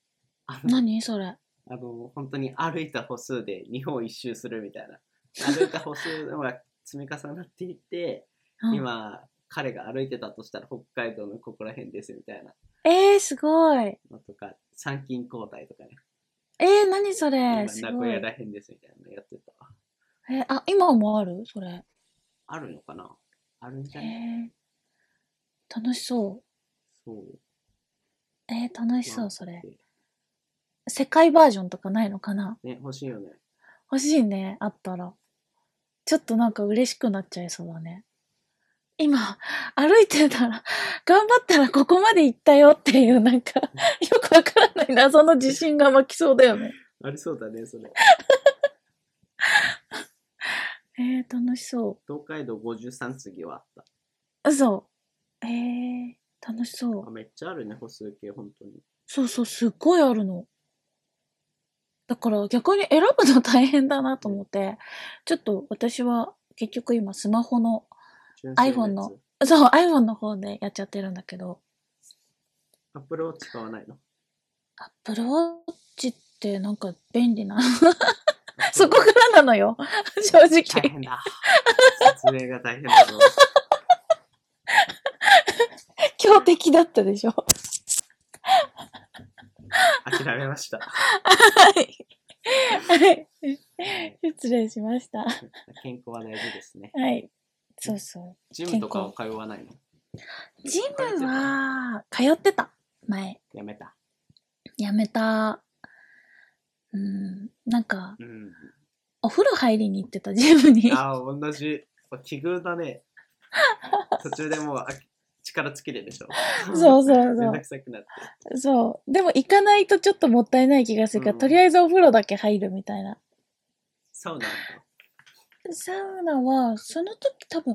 Speaker 1: あの、
Speaker 2: 何それ。
Speaker 1: あの本当に歩いた歩数で日本一周するみたいな。歩いた歩数が積み重なっていって、
Speaker 2: うん、
Speaker 1: 今、彼が歩いてたとしたら北海道のここら辺ですみたいな
Speaker 2: えー、すごい。
Speaker 1: のとか、参勤交代とかね。
Speaker 2: えー、何それ。す
Speaker 1: 今、名
Speaker 2: ご
Speaker 1: 古屋
Speaker 2: い。
Speaker 1: ら辺ですみたいなのやってた。
Speaker 2: えーあ、今もあるそれ。
Speaker 1: あるのかなあるんじ
Speaker 2: え
Speaker 1: ゃない
Speaker 2: ー、楽しそう。
Speaker 1: そう。
Speaker 2: えー、楽
Speaker 1: な
Speaker 2: しそ
Speaker 1: ん
Speaker 2: う、
Speaker 1: て
Speaker 2: それ。世界バージョンとかないのかな
Speaker 1: ね、欲しいよね。
Speaker 2: 欲しいね、あったら。ちょっとなんか嬉しくなっちゃいそうだね。今、歩いてたら、頑張ったらここまで行ったよっていう、なんか、よくわからない謎の自信が湧きそうだよね。
Speaker 1: ありそうだね、それ。
Speaker 2: えー、楽しそ
Speaker 1: 東海道53次はあった。
Speaker 2: う。嘘。えー、楽しそう
Speaker 1: あ。めっちゃあるね、歩数計、本当に。
Speaker 2: そうそう、すっごいあるの。だから逆に選ぶの大変だなと思って、ちょっと私は結局今スマホの、
Speaker 1: 純正やつ
Speaker 2: iPhone の。そう、iPhone の方でやっちゃってるんだけど、
Speaker 1: アップルを使わないの。
Speaker 2: Apple Watch ってなんか便利な。そこからなのよ。正
Speaker 1: 大
Speaker 2: 直。
Speaker 1: 変だ。説明が大変だぞ。
Speaker 2: 強敵だったでしょ。
Speaker 1: 諦めま した。
Speaker 2: はい。はい。 失礼しました。
Speaker 1: 健康は大事ですね。
Speaker 2: はい。そうそう。
Speaker 1: ジムとかは通わないの
Speaker 2: ジムは、通ってた。前。
Speaker 1: やめた。
Speaker 2: やめた。うん。なんか、
Speaker 1: うん。
Speaker 2: お風呂入りに行ってた、ジムに。
Speaker 1: ああ、同じ。奇遇だね。途中でもうあ力尽きるでしょ。
Speaker 2: そうそうそう
Speaker 1: めんどくさくなって。
Speaker 2: そう。でも行かないとちょっともったいない気がするから、
Speaker 1: うん
Speaker 2: とりあえずお風呂だけ入るみたいな。
Speaker 1: そうなんだ。
Speaker 2: サウナは、その時多分、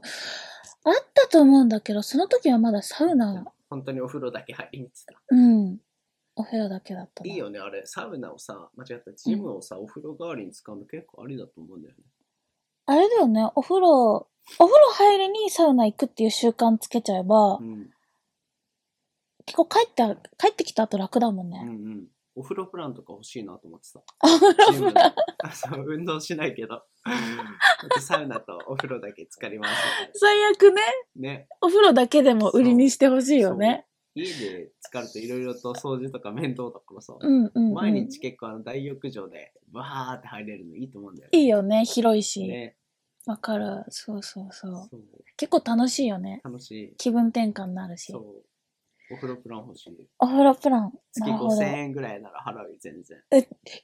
Speaker 2: あったと思うんだけど、その時はまだサウナ、
Speaker 1: 本当にお風呂だけ入りに行ってた。
Speaker 2: うん。お部屋だけだったな。
Speaker 1: いいよね、あれ。サウナをさ、間違った。ジムをさ、お風呂代わりに使うの結構ありだと思うんだよね。
Speaker 2: あれだよね、お風呂、お風呂入りにサウナ行くっていう習慣つけちゃえば、
Speaker 1: うん。
Speaker 2: 結構帰って、帰ってきた後楽だもんね。
Speaker 1: うんうん。お風呂プランとか欲しいなと思ってた。
Speaker 2: お風呂
Speaker 1: ジムのあそう運動し ないけど。サウナとお風呂だけ浸かりますみたい
Speaker 2: 最悪ね、
Speaker 1: な。ね。
Speaker 2: お風呂だけでも売りにしてほしいよね。
Speaker 1: 家で浸かるといろいろと掃除とか面倒とかもさ、
Speaker 2: うんうん、うん。
Speaker 1: 毎日結構あの大浴場でバーって入れるのいいと思うんだよね。
Speaker 2: いいよね、広いし。
Speaker 1: ね。
Speaker 2: わ、かる。そうそうそう。
Speaker 1: そう
Speaker 2: 結構楽しいよね。
Speaker 1: 楽しい。
Speaker 2: 気分転換になるし
Speaker 1: そ。う。お風呂プラン欲しい。
Speaker 2: お風呂プラン。な
Speaker 1: 月
Speaker 2: るほど
Speaker 1: 5000。円ぐらいなら払うよ、全然。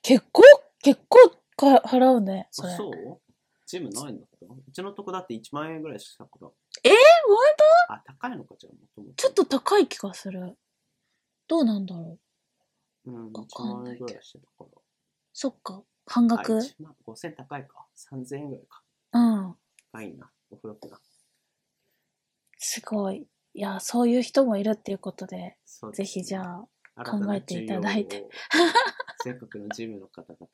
Speaker 2: 結構、結構か払うね、それ。
Speaker 1: あそうジムないんだけど。うちのとこだって1万円ぐらいしたから。
Speaker 2: えー本
Speaker 1: あ、高いのかじゃあ、もとも
Speaker 2: ちょっと高い気がする。どうなんだろう。
Speaker 1: うん、
Speaker 2: わ
Speaker 1: 1
Speaker 2: かん
Speaker 1: 万
Speaker 2: な
Speaker 1: 円
Speaker 2: いけど
Speaker 1: ぐらいしてたから。
Speaker 2: そっか。半額。
Speaker 1: あ
Speaker 2: う
Speaker 1: 1万5000高いか。3000円ぐらいか。
Speaker 2: ん。
Speaker 1: 高いな。お風呂プラン。
Speaker 2: すごい。いや、そういう人もいるっていうことで、
Speaker 1: そうです
Speaker 2: ぜ
Speaker 1: ね
Speaker 2: ひじゃあ、
Speaker 1: 新たな
Speaker 2: 考えていただいて
Speaker 1: 需要を。全国のジムの方々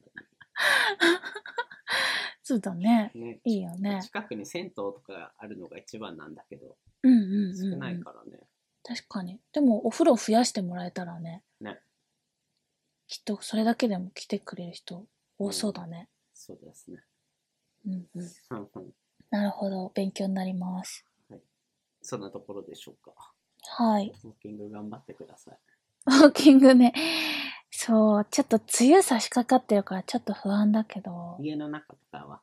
Speaker 2: そうだね。
Speaker 1: にね。
Speaker 2: いいよね。
Speaker 1: 近くに銭湯とかあるのが一番なんだけど、
Speaker 2: うんうんうん
Speaker 1: 少
Speaker 2: うん、
Speaker 1: ないからね。
Speaker 2: 確かに。でも、お風呂増やしてもらえたらね。
Speaker 1: ね
Speaker 2: きっと、それだけでも来てくれる人、多そうだね。
Speaker 1: そうですね。
Speaker 2: うんうん。
Speaker 1: うんうん
Speaker 2: なるほど。勉強になります。
Speaker 1: そんなところでしょうか。
Speaker 2: はい。
Speaker 1: ウォーキング頑張ってください。
Speaker 2: ウォーキングね。そう、ちょっと梅雨差し掛かってるから、ちょっと不安だけど。
Speaker 1: 家の中とかは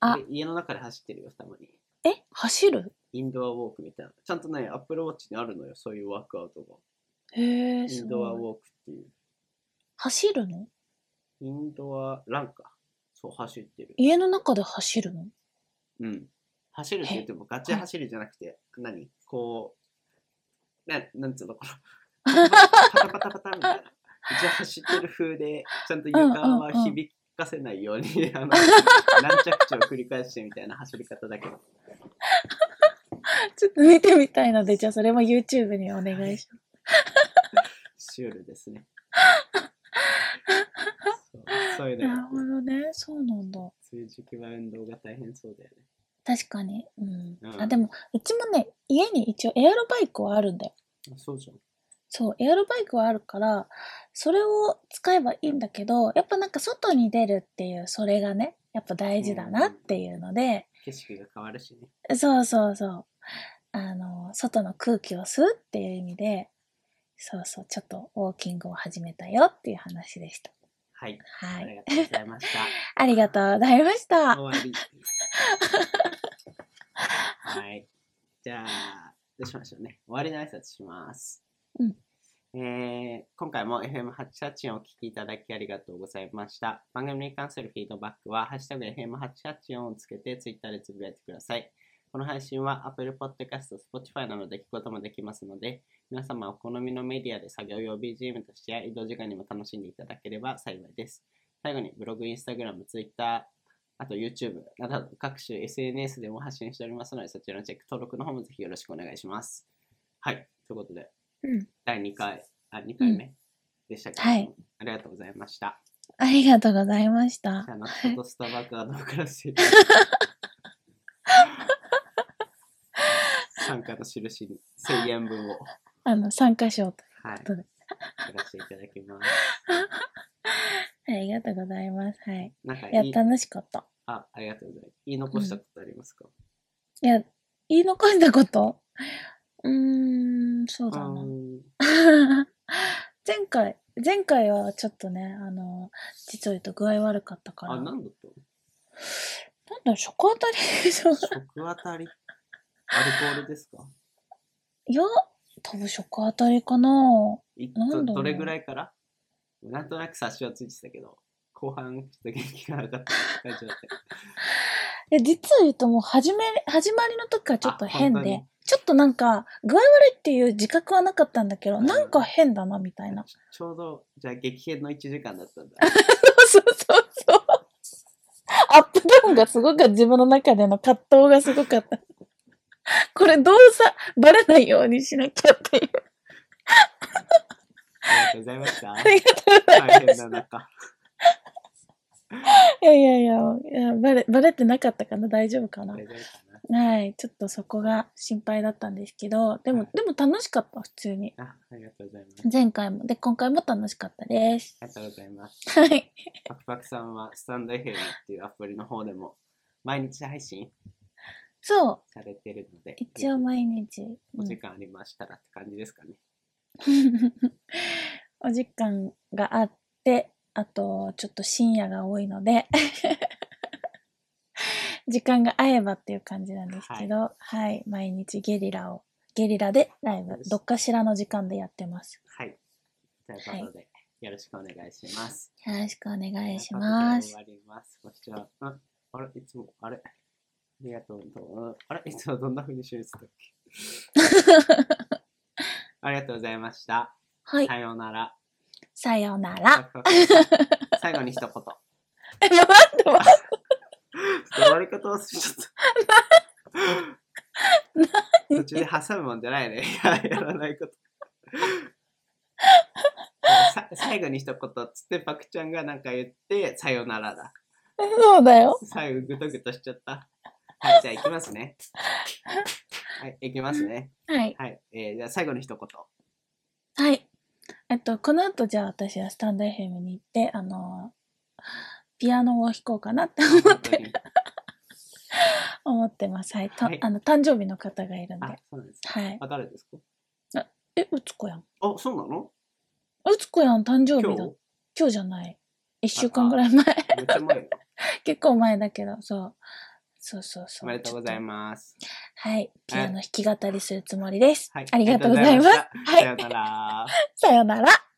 Speaker 2: あ
Speaker 1: 家家の中で走ってるよ、たまに。
Speaker 2: え走る
Speaker 1: インドアウォークみたいな。ちゃんとね、アップルウォッチにあるのよ、そういうワークアウトが。
Speaker 2: へえ、
Speaker 1: イ
Speaker 2: す
Speaker 1: ンドアウォ
Speaker 2: ごい。
Speaker 1: ークっていう。
Speaker 2: 走るの
Speaker 1: インドアランか。そう、走ってる。
Speaker 2: 家の中で走るの
Speaker 1: うん。走るって言ってもガチ走るじゃなくて、何こう、ななんつうのか な。パタパタパタみたいな。じゃ走ってる風で、ちゃんと床は響かせないように、あの、軟着地を繰り返してみたいな走り方だけど。
Speaker 2: ちょっと見てみたいので、じゃあそれも YouTube にお願いしま
Speaker 1: シュールですね。そうそういう
Speaker 2: す。なる
Speaker 1: の
Speaker 2: ほどね。そうなんだ。
Speaker 1: 梅雨時期は運動が大変そうだよね。
Speaker 2: 確かに。うん。
Speaker 1: うん
Speaker 2: あ、でも、うちもね、家に一応エアロバイクはあるんだよ。
Speaker 1: あそうじゃん。
Speaker 2: そう、エアロバイクはあるから、それを使えばいいんだけど、やっぱなんか外に出るっていう、それがね、やっぱ大事だなっていうので、
Speaker 1: 景色が変わるしね。
Speaker 2: そうそうそう。あの、外の空気を吸うっていう意味で、そうそう、ちょっとウォーキングを始めたよっていう話でした。
Speaker 1: はい。あ
Speaker 2: はい。
Speaker 1: りがとうございまし。
Speaker 2: ありがとうございましたた。
Speaker 1: 終わり。 はい。じゃあ、どうしましょうね。終わりの挨拶します。
Speaker 2: うん
Speaker 1: えー今回も FM884 をお聞きいただきありがとうございました。番組に関するフィードバックは、ハッシュタグ FM884 をつけてツイッターでつぶやいてください。この配信は Apple Podcast、Spotify などで聞くこともできますので、皆様お好みのメディアで作業用 BGM としてや移動時間にも楽しんでいただければ幸いです。最後にブログ、インスタグラム、ツイッター、あと YouTube など各種 SNS でも発信しておりますので、そちらのチェック登録の方もぜひよろしくお願いします。はい。ということで、
Speaker 2: うん。
Speaker 1: 第2回、あ、2回目でしたけど、
Speaker 2: はい
Speaker 1: ありがとうございました。
Speaker 2: ありがとうございまし
Speaker 1: じ
Speaker 2: た
Speaker 1: ゃあ、。夏子とスタバカードからせ て。参加の印に1000円分を、
Speaker 2: あの、参加賞と。
Speaker 1: はい、
Speaker 2: どうで
Speaker 1: やらせていただきます。
Speaker 2: ありがとうございます。はい。
Speaker 1: なんか
Speaker 2: いや
Speaker 1: い、い、
Speaker 2: 楽しかった。
Speaker 1: あ、ありがとうございます。言い残したことありますか、
Speaker 2: いや、言い残したことうーん、そうだ
Speaker 1: う
Speaker 2: な。
Speaker 1: ん、
Speaker 2: 前回、前回はちょっとね、あの、実を言うと具合悪かったから。
Speaker 1: あ、
Speaker 2: なんだ
Speaker 1: なんだったの
Speaker 2: ろう、食当たりでしょ
Speaker 1: 食あたりアルコールですか
Speaker 2: いや、多分食当たりかないなんだ
Speaker 1: ど
Speaker 2: ろうね
Speaker 1: どれぐらいからなんとなく察しはついてたけど、後半ちょっと元気がなかった感じだっ た。
Speaker 2: いや、実を言うともう始め、始まりの時からちょっと
Speaker 1: あ
Speaker 2: 変
Speaker 1: 本当に
Speaker 2: で、ちょっとなんか、具合悪いっていう自覚はなかったんだけど、
Speaker 1: うん
Speaker 2: なんか変だな、みたいな。
Speaker 1: ちちょうど、じゃあ激変の1時間だったん だ。
Speaker 2: そうそうそう。アップダウンがすごく自分の中での葛藤がすごかった。これどうさ、バレないようにしなきゃっていう。
Speaker 1: ありがとうございました。
Speaker 2: ありがとうございま
Speaker 1: 大変
Speaker 2: す。
Speaker 1: な中。
Speaker 2: いやいやいや、いやバレ、バレてなかったかな大丈夫かな
Speaker 1: 大丈夫か
Speaker 2: はい、ちょっとそこが心配だったんですけど、で
Speaker 1: は
Speaker 2: も
Speaker 1: い、
Speaker 2: でも楽しかった、普通に。
Speaker 1: なあありがとうございます。
Speaker 2: 前回も。で、今回も楽しかったです。
Speaker 1: ありがとうございます。
Speaker 2: はい。
Speaker 1: パクパクさんはスタンド FM っていうアプリの方でも毎日配信
Speaker 2: そう、
Speaker 1: されてるので、
Speaker 2: 一応毎日。
Speaker 1: お時間ありましたらって感じですかね。
Speaker 2: うん、お時間があって、あと、ちょっと深夜が多いので、 時間が合えばっていう感じなんですけど、はい、毎日ゲリラを、ゲリラでライブ、どっかしらの時間でやってます。
Speaker 1: はい。ということで、よろしくお願いします。
Speaker 2: よろしくお願いします
Speaker 1: 終。わります。こんにちは。ああれいつも、あれありがとうとうん。あれいつもどんな風に一緒にしたっけ ありがとうございました。
Speaker 2: はい
Speaker 1: さ。ようなら。
Speaker 2: さようなら。
Speaker 1: 最後に一言。ちょっ
Speaker 2: え、待って待って。
Speaker 1: と終わり方忘れちゃった。途中で挟むもんじゃないね。 ややらないこと。さ最後に一言つってパクちゃんがなんか言ってさようならだ。
Speaker 2: そうだよ。
Speaker 1: 最後ぐとぐとしちゃった。はい、じゃあ行きますね。はい、行きますね。
Speaker 2: はい。
Speaker 1: はい、えー、じゃあ最後の一言。
Speaker 2: はい。えっと、この後じゃあ私はスタンド FM に行って、あのーピアノを弾こうかなって思
Speaker 1: 本
Speaker 2: っ
Speaker 1: 当に
Speaker 2: て、思ってます。はい。と
Speaker 1: はい
Speaker 2: あの、誕生日の方がいるんで。
Speaker 1: あ、そうなんです。
Speaker 2: はい。
Speaker 1: あ、誰ですか
Speaker 2: え、うつこやん。
Speaker 1: あ、そうなの
Speaker 2: うつこやん誕生
Speaker 1: 今
Speaker 2: 日
Speaker 1: 日
Speaker 2: だ。今日じゃない。一週間ぐらい前。
Speaker 1: めっちゃ前よ。
Speaker 2: 結構前だけど、そう。そうそう
Speaker 1: お
Speaker 2: そう。
Speaker 1: めでとうござい
Speaker 2: ちょっ
Speaker 1: ます。
Speaker 2: とはい。ピアノ弾き語りするつもりです。
Speaker 1: はい、
Speaker 2: ありがとうございます。
Speaker 1: ありがとうございました
Speaker 2: はい。
Speaker 1: さようなら。
Speaker 2: さよなら。